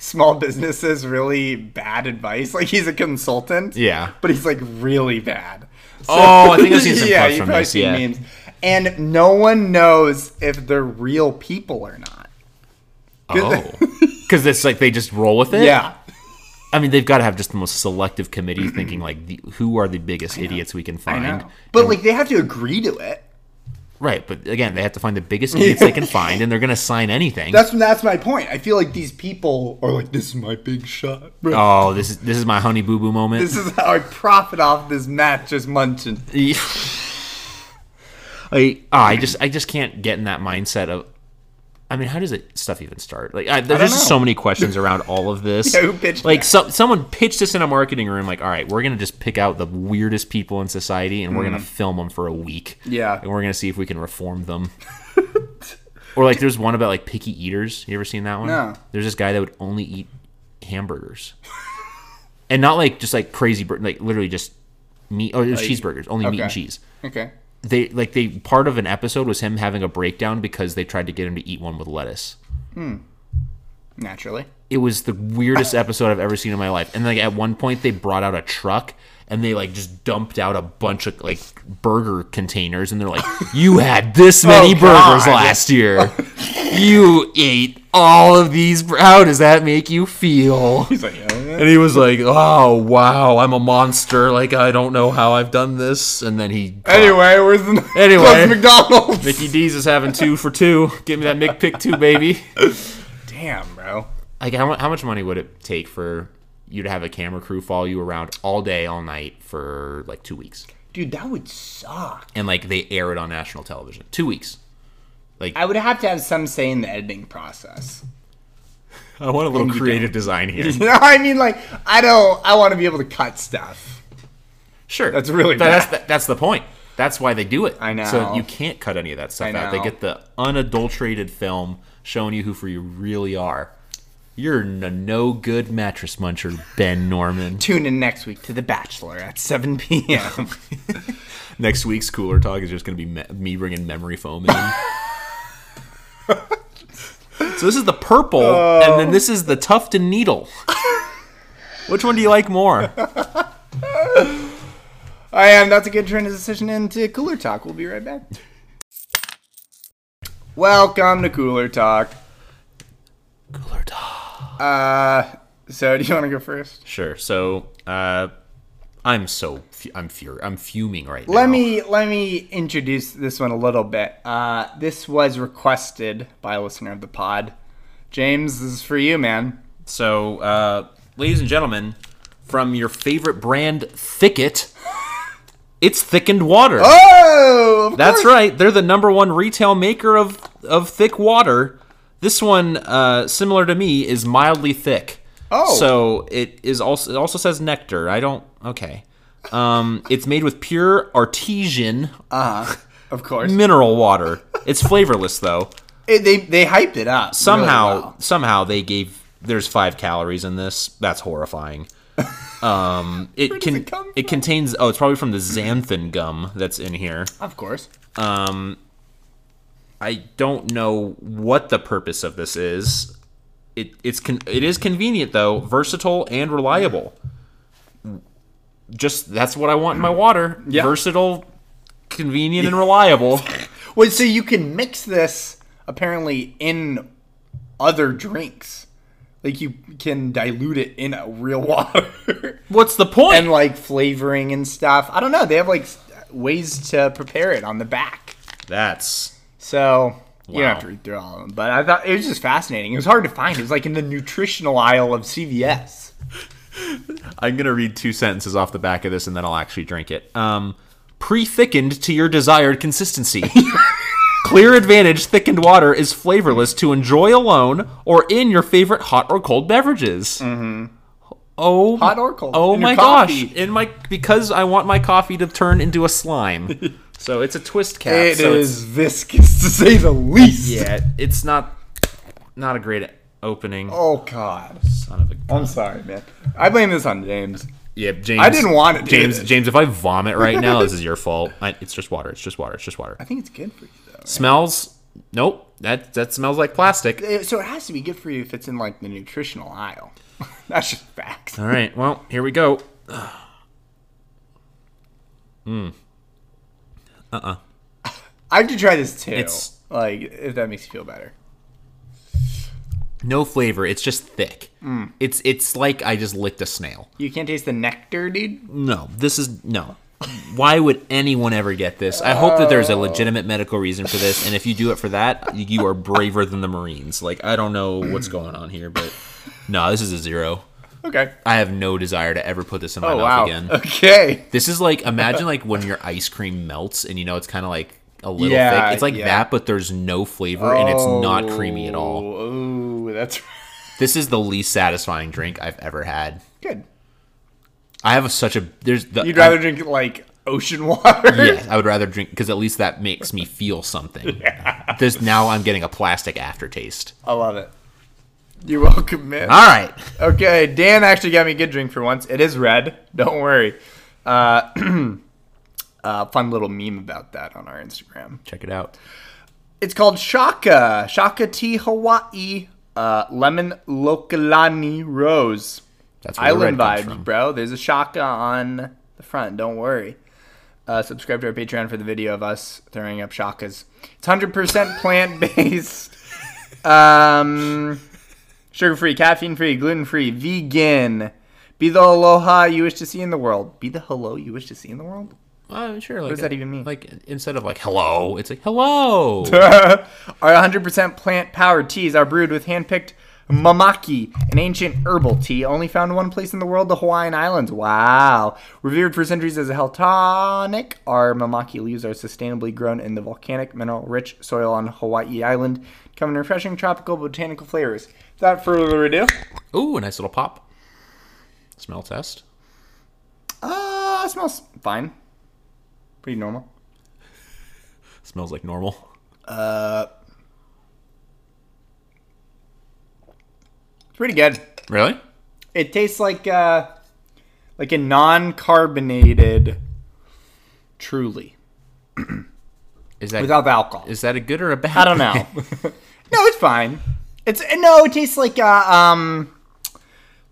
[SPEAKER 2] small businesses really bad advice. Like he's a consultant.
[SPEAKER 3] Yeah.
[SPEAKER 2] But he's like really bad. So-
[SPEAKER 3] Oh, I think I've seen some
[SPEAKER 2] yeah,
[SPEAKER 3] clips
[SPEAKER 2] you've
[SPEAKER 3] from
[SPEAKER 2] probably
[SPEAKER 3] this,
[SPEAKER 2] seen
[SPEAKER 3] yeah.
[SPEAKER 2] memes. And no one knows if they're real people or not.
[SPEAKER 3] Oh. Because it's like they just roll with it.
[SPEAKER 2] Yeah.
[SPEAKER 3] I mean, they've got to have just the most selective committee thinking like, the, who are the biggest idiots we can find?
[SPEAKER 2] But like they have to agree to it.
[SPEAKER 3] Right. But again, they have to find the biggest idiots they can find, and they're going to sign anything.
[SPEAKER 2] That's that's my point. I feel like these people are like, this is my big shot. bro.
[SPEAKER 3] oh, this is this is my honey boo boo moment.
[SPEAKER 2] This is how I profit off this mattress munching.
[SPEAKER 3] I oh, I just I just can't get in that mindset of. I mean, how does it stuff even start? Like, I, there's just
[SPEAKER 2] know.
[SPEAKER 3] so many questions around all of this.
[SPEAKER 2] Yeah, who pitched
[SPEAKER 3] like,
[SPEAKER 2] that?
[SPEAKER 3] so, someone pitched this in a marketing room. Like, all right, we're gonna just pick out the weirdest people in society, and we're gonna film them for a week.
[SPEAKER 2] Yeah.
[SPEAKER 3] and we're gonna see if we can reform them. or like, there's one about like picky eaters. You ever seen that one?
[SPEAKER 2] No.
[SPEAKER 3] There's this guy that would only eat hamburgers, and not like just like crazy, bur- like literally just meat. Oh, it was cheeseburgers, only meat and
[SPEAKER 2] okay.
[SPEAKER 3] cheese
[SPEAKER 2] Okay.
[SPEAKER 3] they like they part of an episode was him having a breakdown because they tried to get him to eat one with lettuce.
[SPEAKER 2] Naturally.
[SPEAKER 3] It was the weirdest episode I've ever seen in my life. And like at one point they brought out a truck and they like just dumped out a bunch of like burger containers and they're like, "You had this many burgers
[SPEAKER 2] God.
[SPEAKER 3] last year. you ate all of these. bur- How does that make you feel?"
[SPEAKER 2] He's like, yeah.
[SPEAKER 3] And he was like, "Oh wow, I'm a monster. Like I don't know how I've done this." And then he
[SPEAKER 2] Anyway, where's the
[SPEAKER 3] Anyway.
[SPEAKER 2] close McDonald's?
[SPEAKER 3] Mickey D's is having two for two. Give me that Mick Pick two, baby.
[SPEAKER 2] Damn, bro.
[SPEAKER 3] Like, how, mu- how much money would it take for you to have a camera crew follow you around all day, all night for like two weeks?
[SPEAKER 2] Dude, that would suck.
[SPEAKER 3] And like they air it on national television. Two weeks.
[SPEAKER 2] I would have to have some say in the editing process.
[SPEAKER 3] I want a little creative design here.
[SPEAKER 2] You know, I mean, like, I don't. I want to be able to cut stuff.
[SPEAKER 3] Sure,
[SPEAKER 2] That's really
[SPEAKER 3] That- that's
[SPEAKER 2] bad.
[SPEAKER 3] that- that's the point. That's why they do it.
[SPEAKER 2] I know.
[SPEAKER 3] So you can't cut any of that stuff
[SPEAKER 2] I
[SPEAKER 3] out. They
[SPEAKER 2] know.
[SPEAKER 3] get the unadulterated film showing you who for you really are. You're n- no good mattress muncher, Ben Norman.
[SPEAKER 2] Tune in next week to The Bachelor at 7 p.m.
[SPEAKER 3] Next week's cooler talk is just going to be me, me bringing memory foam in. so this is the purple, and then this is the tuft and needle. Which one do you like more?
[SPEAKER 2] I am. That's a good trend to decision into Cooler Talk. We'll be right back. Welcome to Cooler Talk.
[SPEAKER 3] Cooler talk.
[SPEAKER 2] So, do you want to go first?
[SPEAKER 3] Sure. So, uh, I'm so fu- I'm fur- I'm fuming right now.
[SPEAKER 2] Let me let me introduce this one a little bit. Uh, this was requested by a listener of the pod. James, this is for you, man.
[SPEAKER 3] So, uh, ladies and gentlemen, from your favorite brand, Thicket, it's thickened water.
[SPEAKER 2] Oh, of
[SPEAKER 3] That's
[SPEAKER 2] course.
[SPEAKER 3] right. They're the number one retail maker of of thick water. This one, uh, similar to me, is mildly thick.
[SPEAKER 2] Oh.
[SPEAKER 3] So it is also it also says nectar. I don't okay. Um, it's made with pure artesian
[SPEAKER 2] Uh, Of course.
[SPEAKER 3] mineral water. It's flavorless though.
[SPEAKER 2] It- they they hyped it up really
[SPEAKER 3] Somehow,
[SPEAKER 2] well.
[SPEAKER 3] somehow they gave. There's five calories in this. That's horrifying. Um, it can
[SPEAKER 2] it come
[SPEAKER 3] it contains oh it's probably from the xanthan gum that's in here.
[SPEAKER 2] Of course.
[SPEAKER 3] I don't know what the purpose of this is. It it's con- it is convenient though, versatile and reliable. Just that's what I want in my water.
[SPEAKER 2] Yeah.
[SPEAKER 3] Versatile, convenient and reliable.
[SPEAKER 2] Wait, so you can mix this apparently in other drinks. Like you can dilute it in a real water
[SPEAKER 3] What's the point?
[SPEAKER 2] and like flavoring and stuff. I don't know. They have like s- ways to prepare it on the back.
[SPEAKER 3] that's
[SPEAKER 2] So you don't have
[SPEAKER 3] Wow.
[SPEAKER 2] to read through all of them. But I thought it was just fascinating. It was hard to find. It was like in the nutritional aisle of CVS.
[SPEAKER 3] I'm gonna read two sentences off the back of this, and then I'll actually drink it. Um, pre-thickened to your desired consistency. Clear Advantage thickened water is flavorless to enjoy alone or in your favorite hot or cold beverages. Mm-hmm. Oh,
[SPEAKER 2] Hot or cold.
[SPEAKER 3] Oh
[SPEAKER 2] In your
[SPEAKER 3] my
[SPEAKER 2] coffee.
[SPEAKER 3] gosh! In my because I want my coffee to turn into a slime. so it's a twist cap.
[SPEAKER 2] It is
[SPEAKER 3] so it's-
[SPEAKER 2] viscous to say the least.
[SPEAKER 3] yeah, it's not not a great opening.
[SPEAKER 2] Oh god.
[SPEAKER 3] Son of a
[SPEAKER 2] I'm sorry, man. I blame this on James.
[SPEAKER 3] Yeah, James.
[SPEAKER 2] I didn't want it, dude.
[SPEAKER 3] James. James, if I vomit right now, this is your fault. I, it's just water. It's just water. It's just water.
[SPEAKER 2] I think it's good for you though.
[SPEAKER 3] Smells. Nope. That that smells like plastic.
[SPEAKER 2] It- so it has to be good for you if it's in like the nutritional aisle. That's just facts.
[SPEAKER 3] All right. Well, here we go. Hmm. Uh. uh
[SPEAKER 2] I have to try this too.
[SPEAKER 3] It's-
[SPEAKER 2] like if that makes you feel better.
[SPEAKER 3] No flavor. It's just thick. It's it's like I just licked a snail.
[SPEAKER 2] You can't taste the nectar, dude.
[SPEAKER 3] No. This is no. Why would anyone ever get this? I hope that there's a legitimate medical reason for this, and if you do it for that, you- you are braver than the Marines. Like I don't know what's going on here, but no, this is a zero.
[SPEAKER 2] Okay.
[SPEAKER 3] I have no desire to ever put this in my
[SPEAKER 2] Oh
[SPEAKER 3] mouth
[SPEAKER 2] wow.
[SPEAKER 3] again.
[SPEAKER 2] Okay.
[SPEAKER 3] This is like imagine like when your ice cream melts and you know it's kind of like a little
[SPEAKER 2] Yeah,
[SPEAKER 3] thick. It's like
[SPEAKER 2] yeah.
[SPEAKER 3] that, but there's no flavor and it's not creamy at all.
[SPEAKER 2] Oh, oh, that's
[SPEAKER 3] This is the least satisfying drink I've ever had.
[SPEAKER 2] good.
[SPEAKER 3] I have such a there's the
[SPEAKER 2] You'd rather drink like ocean water.
[SPEAKER 3] I, yes, I would rather drink because at least that makes me feel something. This now I'm getting a plastic aftertaste.
[SPEAKER 2] I love it. You're welcome, man.
[SPEAKER 3] All right,
[SPEAKER 2] Okay, Dan actually got me a good drink for once. It is red. Don't worry. Uh, uh, fun little meme about that on our Instagram.
[SPEAKER 3] check it out.
[SPEAKER 2] It's called Shaka. Shaka Tea Hawaii uh, Lemon Lokalani Rose.
[SPEAKER 3] That's where
[SPEAKER 2] Island
[SPEAKER 3] the red comes
[SPEAKER 2] vibes,
[SPEAKER 3] from.
[SPEAKER 2] bro. There's a Shaka on the front. Don't worry. Uh, subscribe to our Patreon for the video of us throwing up Shakas. It's 100% plant based. Um, sugar free, caffeine free, gluten free, vegan. Be the aloha you wish to see in the world. Be the hello you wish to see in the world.
[SPEAKER 3] Uh, sure. Like, what
[SPEAKER 2] does that even mean?
[SPEAKER 3] Like instead of like hello, it's like hello.
[SPEAKER 2] our 100% plant powered teas are brewed with hand picked mamaki, an ancient herbal tea only found in one place in the world, the Hawaiian Islands. Wow. Revered for centuries as a health tonic, our mamaki leaves are sustainably grown in the volcanic, mineral rich soil on Hawaii Island, come in refreshing tropical botanical flavors. Without further ado,
[SPEAKER 3] Ooh, a nice little pop. Smell test.
[SPEAKER 2] uh, smells fine. Pretty normal.
[SPEAKER 3] Smells like normal.
[SPEAKER 2] It's pretty good.
[SPEAKER 3] Really?
[SPEAKER 2] It tastes like uh like a non-carbonated truly
[SPEAKER 3] Is that
[SPEAKER 2] without the alcohol.
[SPEAKER 3] is that a good or a bad?
[SPEAKER 2] I don't know. no, it's fine. It's no, it tastes like uh, um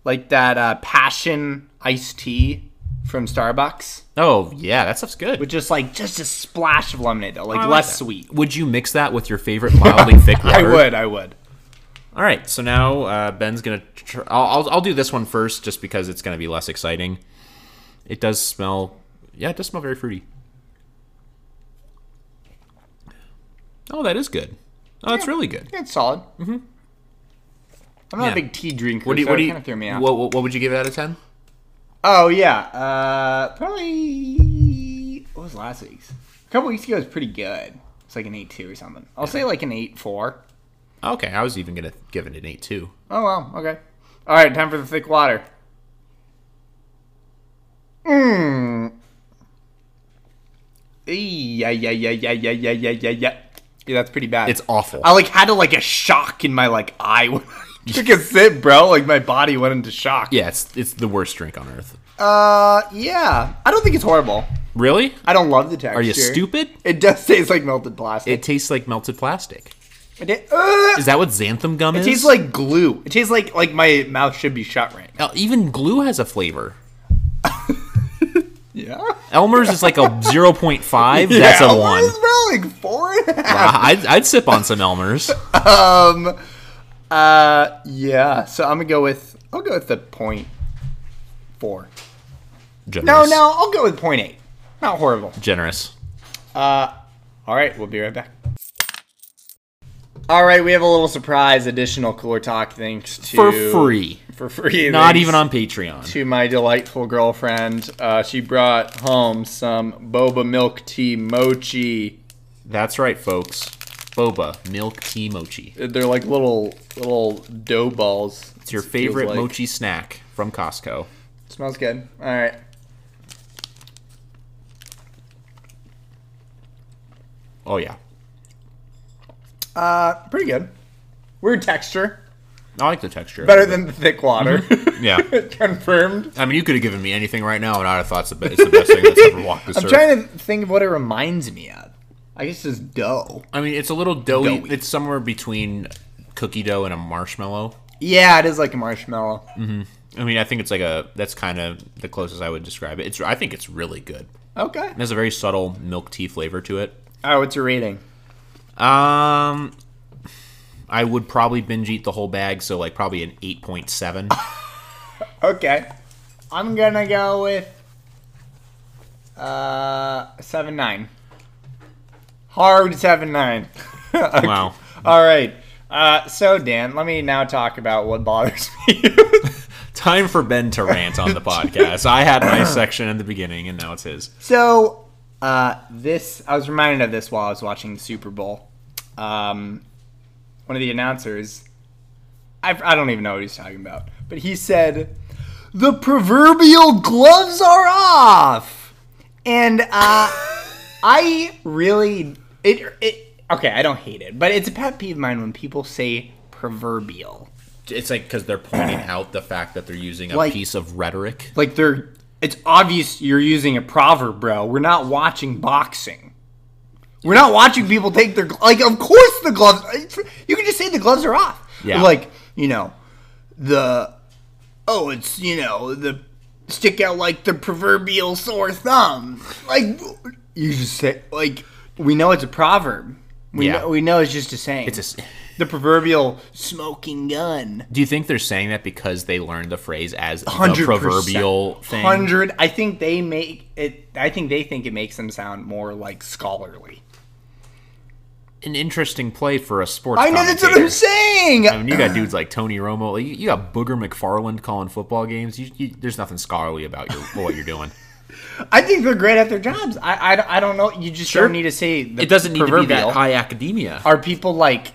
[SPEAKER 2] like that uh passion iced tea from Starbucks
[SPEAKER 3] oh yeah, that stuff's good.
[SPEAKER 2] with just like just a splash of lemonade though, like
[SPEAKER 3] I like
[SPEAKER 2] less
[SPEAKER 3] that.
[SPEAKER 2] sweet.
[SPEAKER 3] Would you mix that with your favorite mildly thick water?
[SPEAKER 2] I would, I would.
[SPEAKER 3] All right, so now uh, Ben's gonna. Tr- I'll, I'll I'll do this one first, just because it's gonna be less exciting. It does smell. Yeah, it does smell very fruity. Oh, that is good. Oh, that's really good.
[SPEAKER 2] Yeah, it's solid. Mhm. I'm not
[SPEAKER 3] Mm-hmm. Yeah.
[SPEAKER 2] a big tea drinker,
[SPEAKER 3] What do you?
[SPEAKER 2] so
[SPEAKER 3] What
[SPEAKER 2] it
[SPEAKER 3] do you?
[SPEAKER 2] kind of threw me off.
[SPEAKER 3] What, what, what would you give it out of ten?
[SPEAKER 2] Oh yeah, uh, probably. What was last week's? A couple weeks ago was pretty good. It's like an eight two or something. I'll say like an eight four.
[SPEAKER 3] Okay, I was even gonna give it an eight too.
[SPEAKER 2] Oh well, okay. All right, time for the thick water. Mmm. Yeah, yeah, yeah, yeah, yeah, yeah, yeah, yeah, yeah. Yeah, that's pretty bad.
[SPEAKER 3] It's awful.
[SPEAKER 2] I like had a, like a shock in my like eye when I took a sip, bro. Like my body went into shock.
[SPEAKER 3] yeah, it's it's the worst drink on earth.
[SPEAKER 2] Uh, yeah. I don't think it's horrible.
[SPEAKER 3] Really?
[SPEAKER 2] I don't love the texture.
[SPEAKER 3] Are you stupid?
[SPEAKER 2] It does taste like melted plastic.
[SPEAKER 3] It tastes like melted plastic.
[SPEAKER 2] It, uh,
[SPEAKER 3] Is that what xanthan gum
[SPEAKER 2] it
[SPEAKER 3] is?
[SPEAKER 2] tastes like glue. It tastes like like my mouth should be shut right now.
[SPEAKER 3] Uh, even glue has a flavor.
[SPEAKER 2] Yeah.
[SPEAKER 3] Elmer's is like a zero point five. That's
[SPEAKER 2] Yeah,
[SPEAKER 3] a
[SPEAKER 2] what
[SPEAKER 3] one.
[SPEAKER 2] is, bro, like four and a half.
[SPEAKER 3] I- I'd, I'd sip on some Elmer's.
[SPEAKER 2] Um, uh, yeah. So I'm gonna go with I'll go with the point four. No,
[SPEAKER 3] Generous.
[SPEAKER 2] no, I'll go with point eight. Not horrible.
[SPEAKER 3] Generous.
[SPEAKER 2] All right, we'll be right back. All right, we have a little surprise additional cooler talk thanks to
[SPEAKER 3] For free.
[SPEAKER 2] for free.
[SPEAKER 3] Not
[SPEAKER 2] thanks
[SPEAKER 3] even on Patreon.
[SPEAKER 2] to my delightful girlfriend. Uh, she brought home some boba milk tea mochi.
[SPEAKER 3] That's right, folks. Boba, milk tea mochi.
[SPEAKER 2] They're like little little dough balls.
[SPEAKER 3] It's your
[SPEAKER 2] It feels
[SPEAKER 3] favorite
[SPEAKER 2] like.
[SPEAKER 3] mochi snack from Costco.
[SPEAKER 2] Smells good. All right.
[SPEAKER 3] Oh yeah,
[SPEAKER 2] Pretty good. Weird texture.
[SPEAKER 3] I like the texture.
[SPEAKER 2] Better than the thick water.
[SPEAKER 3] Yeah.
[SPEAKER 2] Confirmed.
[SPEAKER 3] I mean, you could have given me anything right now, and I'd have thought it's the, be- it's the best thing that's ever walked this
[SPEAKER 2] I'm
[SPEAKER 3] earth.
[SPEAKER 2] trying to think of what it reminds me of. I guess it's dough.
[SPEAKER 3] I mean, it's a little doughy.
[SPEAKER 2] Doughy.
[SPEAKER 3] It's somewhere between cookie dough and a marshmallow.
[SPEAKER 2] Yeah, it is like a marshmallow.
[SPEAKER 3] I mean, I think it's like a. That's kind of the closest I would describe it. It's. I think it's really good.
[SPEAKER 2] Okay.
[SPEAKER 3] It has a very subtle milk tea flavor to it.
[SPEAKER 2] All right, what's your rating?
[SPEAKER 3] Um, I would probably binge eat the whole bag, so like probably an eight point seven.
[SPEAKER 2] Okay. I'm gonna go with uh seven nine. Hard seven nine. Okay.
[SPEAKER 3] Wow.
[SPEAKER 2] All right. Uh, so Dan, let me now talk about what bothers me.
[SPEAKER 3] Time for Ben to rant on the podcast. I had my section in the beginning, and now it's his.
[SPEAKER 2] So, uh, this I was reminded of this while I was watching the Super Bowl. Um, one of the announcers, I, I don't even know what he's talking about, but he said, "The proverbial gloves are off," and uh, I really it it okay. I don't hate it, but it's a pet peeve of mine when people say proverbial,
[SPEAKER 3] It's like because they're pointing out the fact that they're using a
[SPEAKER 2] Like-
[SPEAKER 3] piece of rhetoric.
[SPEAKER 2] like they're. It's obvious you're using a proverb, bro. We're not watching boxing. We're not watching people take their like. Of course, the gloves. You can just say the gloves are off.
[SPEAKER 3] Yeah.
[SPEAKER 2] Like you know, the oh, it's you know the stick out like the proverbial sore thumb. Like you just say like we know it's a proverb. We
[SPEAKER 3] Yeah.
[SPEAKER 2] know, we know it's just a saying.
[SPEAKER 3] It's just,
[SPEAKER 2] the proverbial smoking gun.
[SPEAKER 3] do you think they're saying that because they learned the phrase as the
[SPEAKER 2] 100%.
[SPEAKER 3] proverbial thing?
[SPEAKER 2] Hundred. I think they make it. I think they think it makes them sound more like scholarly.
[SPEAKER 3] An interesting play for a sports.
[SPEAKER 2] I know that's what
[SPEAKER 3] commentator.
[SPEAKER 2] I'm saying.
[SPEAKER 3] I mean, you got dudes like Tony Romo. like, You, you got Booger McFarland calling football games. You, you, there's nothing scholarly about your, what you're doing.
[SPEAKER 2] I think they're great at their jobs. I, I, I don't know. You just don't need to say the
[SPEAKER 3] It doesn't need to be
[SPEAKER 2] proverbial.
[SPEAKER 3] that high academia.
[SPEAKER 2] Are people like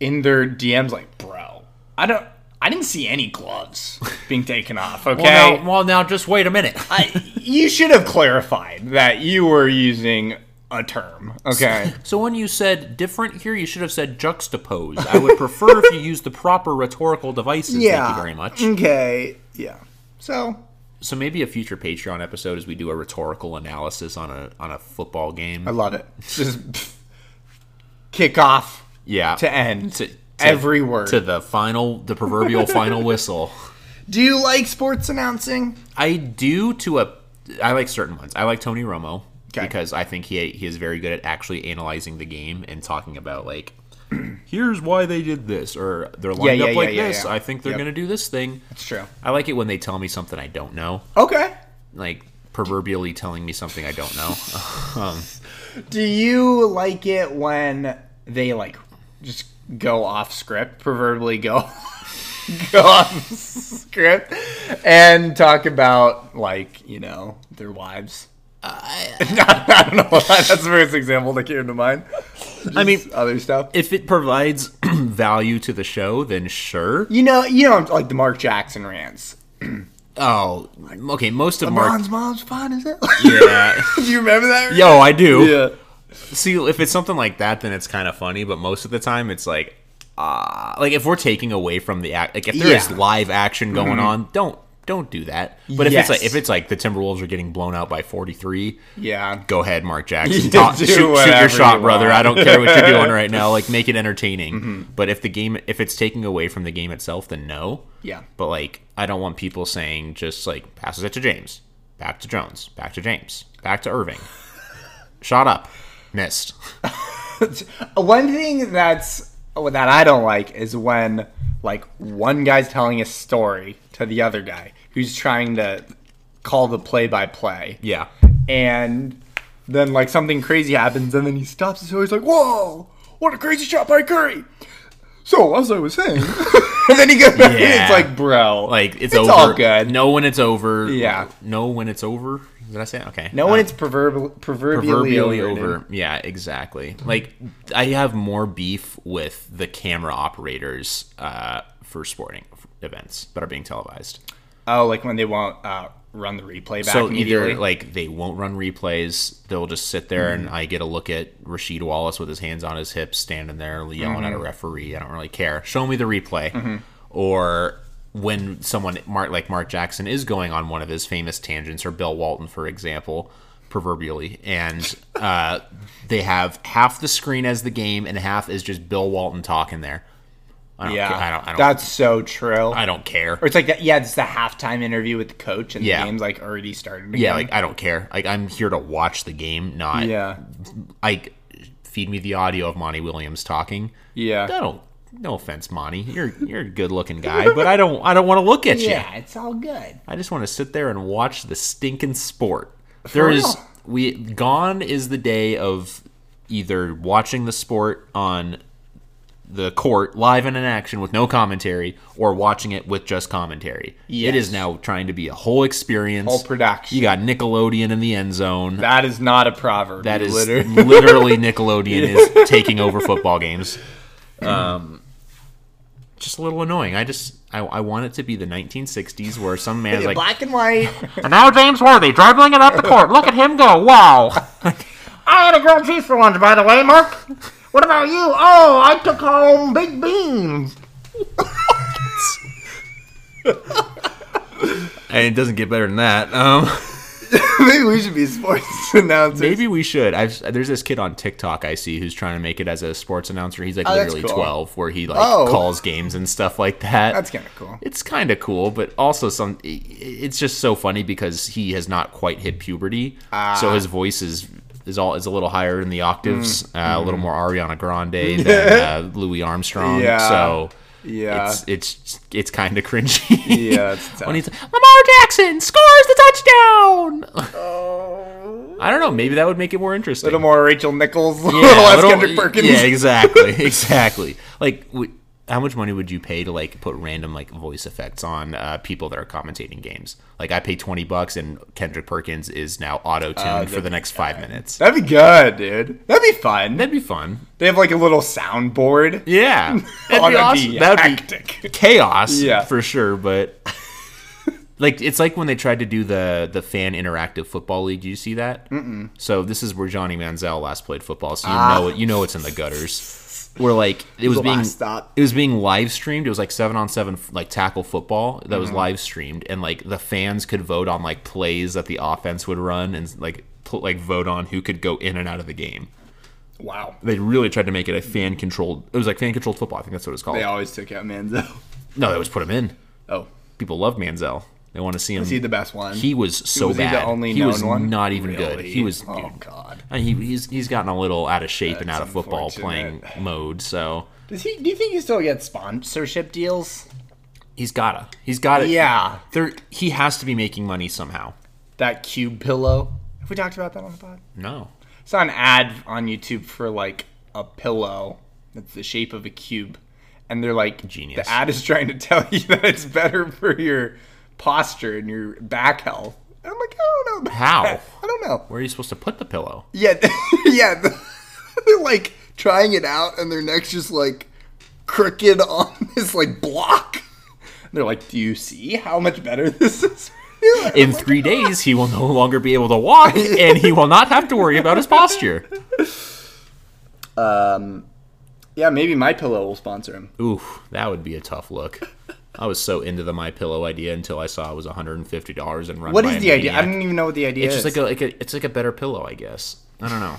[SPEAKER 2] in their DMs like, bro? I don't. I didn't see any gloves being taken off. Okay.
[SPEAKER 3] Well, now, well, now just wait a minute.
[SPEAKER 2] I, you should have clarified that you were using a term. Okay.
[SPEAKER 3] So when you said different here, you should have said juxtapose. I would prefer if you used the proper rhetorical devices. Thank you very much.
[SPEAKER 2] Okay. Yeah. So
[SPEAKER 3] So maybe a future Patreon episode is we do a rhetorical analysis on a on a football
[SPEAKER 2] I
[SPEAKER 3] game.
[SPEAKER 2] love it. It's Just pff, kick off
[SPEAKER 3] Yeah.
[SPEAKER 2] to end
[SPEAKER 3] To- to-
[SPEAKER 2] every word.
[SPEAKER 3] to the final, the proverbial final whistle.
[SPEAKER 2] Do you like sports announcing?
[SPEAKER 3] I do to a. I like certain ones. I like Tony Romo
[SPEAKER 2] Okay.
[SPEAKER 3] because I think he he is very good at actually analyzing the game and talking about like, here's why they did this or they're lined
[SPEAKER 2] yeah,
[SPEAKER 3] up
[SPEAKER 2] yeah,
[SPEAKER 3] like
[SPEAKER 2] yeah,
[SPEAKER 3] this.
[SPEAKER 2] yeah.
[SPEAKER 3] I think they're
[SPEAKER 2] Yep.
[SPEAKER 3] gonna do this thing.
[SPEAKER 2] It's true.
[SPEAKER 3] I like it when they tell me something I don't know,
[SPEAKER 2] Okay.
[SPEAKER 3] like proverbially telling me something I don't know. um,
[SPEAKER 2] Do you like it when they like just go off script, proverbially go go off script and talk about like, you know, their wives? I, don't know why that's the first example that came to mind.
[SPEAKER 3] I mean,
[SPEAKER 2] Just other stuff.
[SPEAKER 3] if it provides value to the show, then sure.
[SPEAKER 2] You know, you know, like the Mark Jackson rants.
[SPEAKER 3] Oh, okay. Most of Mark.
[SPEAKER 2] LeBron's mom's fine as hell.
[SPEAKER 3] Yeah.
[SPEAKER 2] do you remember that?
[SPEAKER 3] Yo, I do.
[SPEAKER 2] Yeah.
[SPEAKER 3] See, if it's something like that, then it's kind of funny. But most of the time, it's like, ah, like if we're taking away from the act, like if there is
[SPEAKER 2] Yeah. Mm-hmm.
[SPEAKER 3] live action going on, don't don't do that. But if
[SPEAKER 2] Yes.
[SPEAKER 3] it's like if it's like the Timberwolves are getting blown out by forty three,
[SPEAKER 2] Yeah.
[SPEAKER 3] go ahead, Mark Jackson.
[SPEAKER 2] You
[SPEAKER 3] Talk,
[SPEAKER 2] do
[SPEAKER 3] shoot, shoot
[SPEAKER 2] whatever
[SPEAKER 3] your
[SPEAKER 2] you
[SPEAKER 3] shot, brother.
[SPEAKER 2] want.
[SPEAKER 3] I don't care what you're doing right now. Like, make it entertaining.
[SPEAKER 2] Mm-hmm.
[SPEAKER 3] But if the game, if it's taking away from the game itself, then no.
[SPEAKER 2] Yeah.
[SPEAKER 3] But like, I don't want people saying just like passes it to James, back to Jones, back to James, back to Irving. Shot up, missed.
[SPEAKER 2] One thing that's oh, that I don't like is when like one guy's telling a story to the other guy who's trying to call the play by play.
[SPEAKER 3] Yeah.
[SPEAKER 2] And then like something crazy happens and then he stops and so he's like, Whoa, what a crazy shot by Curry. So as I was saying And then he goes back and
[SPEAKER 3] Yeah.
[SPEAKER 2] it's like, bro.
[SPEAKER 3] Like it's,
[SPEAKER 2] It's
[SPEAKER 3] over.
[SPEAKER 2] all good.
[SPEAKER 3] Know when it's over.
[SPEAKER 2] Yeah.
[SPEAKER 3] Know when it's over. Did I say it? okay?
[SPEAKER 2] no one it's proverbial proverbially,
[SPEAKER 3] uh, proverbially
[SPEAKER 2] over.
[SPEAKER 3] over. Yeah, exactly. Like I have more beef with the camera operators uh, for sporting events that are being televised.
[SPEAKER 2] Oh, like when they won't uh, run the replay back
[SPEAKER 3] So
[SPEAKER 2] immediately. Mm-hmm.
[SPEAKER 3] either like they won't run replays, they'll just sit there, and I get a look at Rashid Wallace with his hands on his hips, standing there yelling at a
[SPEAKER 2] Mm-hmm.
[SPEAKER 3] referee. I don't really care. Show me the replay. Or when someone Mark like Mark Jackson is going on one of his famous tangents, or Bill Walton, for example, proverbially, and uh, they have half the screen as the game, and half is just Bill Walton talking there. I don't
[SPEAKER 2] yeah,
[SPEAKER 3] ca- I don't. I don't,
[SPEAKER 2] that's so true.
[SPEAKER 3] I don't care.
[SPEAKER 2] Or it's like that. Yeah, it's the halftime interview with the coach, and
[SPEAKER 3] Yeah.
[SPEAKER 2] the game's like already started. again.
[SPEAKER 3] Yeah, like I don't care. Like I'm here to watch the game, not
[SPEAKER 2] yeah,
[SPEAKER 3] like feed me the audio of Monty Williams talking. I
[SPEAKER 2] yeah,
[SPEAKER 3] don't. No offense, Monty. You're you're a good looking guy, but I don't I don't want to look at you.
[SPEAKER 2] yeah. It's all good.
[SPEAKER 3] I just want to sit there and watch the stinking sport. There is
[SPEAKER 2] real.
[SPEAKER 3] we gone is the day of either watching the sport on the court live and in action with no commentary or watching it with just commentary. It is
[SPEAKER 2] Yes.
[SPEAKER 3] now trying to be a whole experience.
[SPEAKER 2] Whole production.
[SPEAKER 3] You got Nickelodeon in the end zone.
[SPEAKER 2] That is not a proverb.
[SPEAKER 3] That is
[SPEAKER 2] literally.
[SPEAKER 3] literally, Nickelodeon is taking over football games. Um, just a little annoying. I just I, I want it to be the 1960s where some man is like,
[SPEAKER 2] black and white.
[SPEAKER 3] and now James Worthy dribbling it up the court. Look at him go! Wow.
[SPEAKER 2] I had a grilled cheese for lunch, by the way, Mark. What about you? Oh, I took home big beans.
[SPEAKER 3] And it doesn't get better than that. Um,
[SPEAKER 2] Maybe we should be sports announcers.
[SPEAKER 3] maybe we should. I've, there's this kid on TikTok I see who's trying to make it as a sports announcer. He's like
[SPEAKER 2] Oh, that's
[SPEAKER 3] literally
[SPEAKER 2] cool.
[SPEAKER 3] 12, where he like
[SPEAKER 2] Oh.
[SPEAKER 3] calls games and stuff like that.
[SPEAKER 2] That's kind of cool.
[SPEAKER 3] it's kind of cool, but also some. i- It's just so funny because he has not quite hit puberty,
[SPEAKER 2] Ah.
[SPEAKER 3] so his voice is is all is a little higher in the octaves,
[SPEAKER 2] Mm.
[SPEAKER 3] uh, a
[SPEAKER 2] Mm-hmm.
[SPEAKER 3] little more Ariana Grande than uh, Louis Armstrong.
[SPEAKER 2] Yeah.
[SPEAKER 3] So
[SPEAKER 2] Yeah.
[SPEAKER 3] it's it's it's kind of cringy.
[SPEAKER 2] Yeah, it's tough.
[SPEAKER 3] when he's like, Lamar Jackson scores the touchdown.
[SPEAKER 2] Oh.
[SPEAKER 3] I don't know. Maybe that would make it more interesting.
[SPEAKER 2] little more Rachel Nichols, a
[SPEAKER 3] Yeah,
[SPEAKER 2] little less
[SPEAKER 3] little-
[SPEAKER 2] Kendrick Perkins.
[SPEAKER 3] Yeah, exactly, exactly. Like, w- how much money would you pay to like put random like voice effects on uh, people that are commentating games? Like, I pay twenty bucks, and Kendrick Perkins is now auto tuned
[SPEAKER 2] Uh,
[SPEAKER 3] for the next five minutes.
[SPEAKER 2] That'd be good, dude. That'd be fun.
[SPEAKER 3] That'd be fun.
[SPEAKER 2] They have like a little soundboard.
[SPEAKER 3] Yeah, that'd
[SPEAKER 2] Oh,
[SPEAKER 3] be awesome. that'd be
[SPEAKER 2] hectic.
[SPEAKER 3] chaos,
[SPEAKER 2] Yeah.
[SPEAKER 3] for sure. But like, it's like when they tried to do the the fan interactive football league. Do you see that? Mm-mm. So this is where Johnny Manziel last played football. So you
[SPEAKER 2] Ah.
[SPEAKER 3] know it. You know it's in the gutters. Where like it was
[SPEAKER 2] The
[SPEAKER 3] being
[SPEAKER 2] last stop.
[SPEAKER 3] it was being live streamed. It was like seven on seven like tackle football that
[SPEAKER 2] Mm-hmm.
[SPEAKER 3] was live streamed, and like the fans could vote on like plays that the offense would run, and like pl- like vote on who could go in and out of the game.
[SPEAKER 2] Wow.
[SPEAKER 3] They really tried to make it a fan controlled. It was like fan controlled football. I think that's what it's called.
[SPEAKER 2] They always took out Manzo.
[SPEAKER 3] No, they was put him in
[SPEAKER 2] Oh,
[SPEAKER 3] people love Manziel. They want to see him.
[SPEAKER 2] is he the best one?
[SPEAKER 3] He was so
[SPEAKER 2] was he the
[SPEAKER 3] bad.
[SPEAKER 2] only
[SPEAKER 3] he was
[SPEAKER 2] known one?
[SPEAKER 3] not even good.
[SPEAKER 2] Really?
[SPEAKER 3] He was.
[SPEAKER 2] Oh
[SPEAKER 3] dude,
[SPEAKER 2] God.
[SPEAKER 3] I mean, he, he's he's gotten a little out of shape and
[SPEAKER 2] That's
[SPEAKER 3] out of football playing
[SPEAKER 2] unfortunate.
[SPEAKER 3] mode. So
[SPEAKER 2] Does he? Do you think he still gets sponsorship deals?
[SPEAKER 3] he's gotta. He's gotta.
[SPEAKER 2] Yeah.
[SPEAKER 3] There, he has to be making money somehow.
[SPEAKER 2] That cube pillow. Have we talked about that on the pod?
[SPEAKER 3] No.
[SPEAKER 2] It's an ad on YouTube for like a pillow that's the shape of a cube, and they're like,
[SPEAKER 3] Genius.
[SPEAKER 2] The ad is trying to tell you that it's better for your posture and your back health. And I'm like, I don't know. about
[SPEAKER 3] How?
[SPEAKER 2] that. I don't know.
[SPEAKER 3] Where are you supposed to put the pillow?
[SPEAKER 2] Yeah, yeah. They're like trying it out, and their neck's just like crooked on this like block. They're like, do you see how much better this is?
[SPEAKER 3] In three days, he will no longer be able to walk, and he will not have to worry about his posture.
[SPEAKER 2] Um, yeah, maybe my pillow will sponsor him.
[SPEAKER 3] Ooh, that would be a tough look. I was so into the My Pillow idea until I saw it was one hundred and fifty dollars and run.
[SPEAKER 2] What
[SPEAKER 3] by
[SPEAKER 2] is
[SPEAKER 3] a
[SPEAKER 2] the idea? I
[SPEAKER 3] maniac.
[SPEAKER 2] don't even know what the idea
[SPEAKER 3] It's
[SPEAKER 2] is.
[SPEAKER 3] just like a like a it's like a better pillow, I guess. I don't know.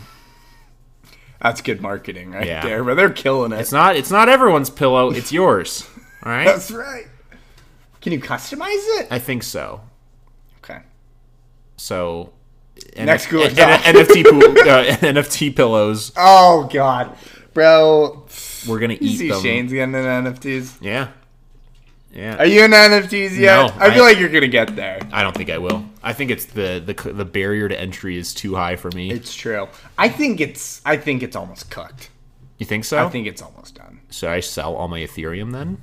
[SPEAKER 2] That's good marketing right
[SPEAKER 3] Yeah.
[SPEAKER 2] there, but they're killing it.
[SPEAKER 3] It's not it's not everyone's pillow. It's yours. All right.
[SPEAKER 2] That's right. Can you customize it?
[SPEAKER 3] I think so.
[SPEAKER 2] Okay.
[SPEAKER 3] So. N-
[SPEAKER 2] Next cooler
[SPEAKER 3] N- N-
[SPEAKER 2] talk.
[SPEAKER 3] NFT pool, uh, NFT pillows.
[SPEAKER 2] Oh god, bro.
[SPEAKER 3] We're gonna
[SPEAKER 2] You
[SPEAKER 3] eat
[SPEAKER 2] see
[SPEAKER 3] them.
[SPEAKER 2] Shane's getting into NFTs.
[SPEAKER 3] Yeah. Yeah.
[SPEAKER 2] Are you into NFTs yet?
[SPEAKER 3] No,
[SPEAKER 2] I feel
[SPEAKER 3] I-
[SPEAKER 2] like you're gonna get there.
[SPEAKER 3] I don't think I will. I think it's the the c- the barrier to entry is too high for me.
[SPEAKER 2] It's true. I think it's. I think it's almost cooked.
[SPEAKER 3] you think so?
[SPEAKER 2] I think it's almost done.
[SPEAKER 3] Should I sell all my Ethereum then?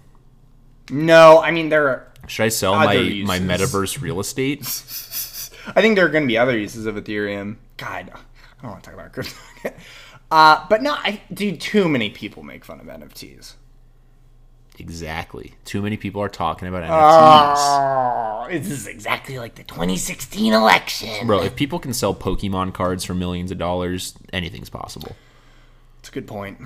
[SPEAKER 2] No, I mean there. Are,
[SPEAKER 3] Should I sell
[SPEAKER 2] Other
[SPEAKER 3] my
[SPEAKER 2] uses.
[SPEAKER 3] my metaverse real estate?
[SPEAKER 2] I think there are going to be other uses of Ethereum. God, I don't want to talk about crypto. again. uh, but no, I dude, too many people make fun of NFTs.
[SPEAKER 3] Exactly. Too many people are talking about NFTs.
[SPEAKER 2] Oh, this is exactly like the 2016 election.
[SPEAKER 3] Bro, if people can sell Pokemon cards for millions of dollars, anything's possible.
[SPEAKER 2] It's a good point.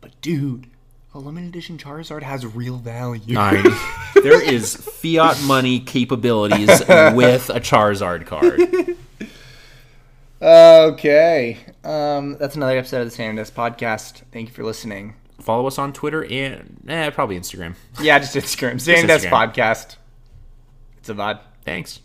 [SPEAKER 2] But dude, a limited edition Charizard has real value.
[SPEAKER 3] Nine. there is fiat money capabilities with a Charizard card.
[SPEAKER 2] Okay, um, that's another episode of the Sam Desk podcast. Thank you for listening.
[SPEAKER 3] Follow us on Twitter and eh, probably Instagram.
[SPEAKER 2] Yeah, just Instagram. Sam Desk
[SPEAKER 3] Instagram.
[SPEAKER 2] podcast. It's a vibe.
[SPEAKER 3] Thanks.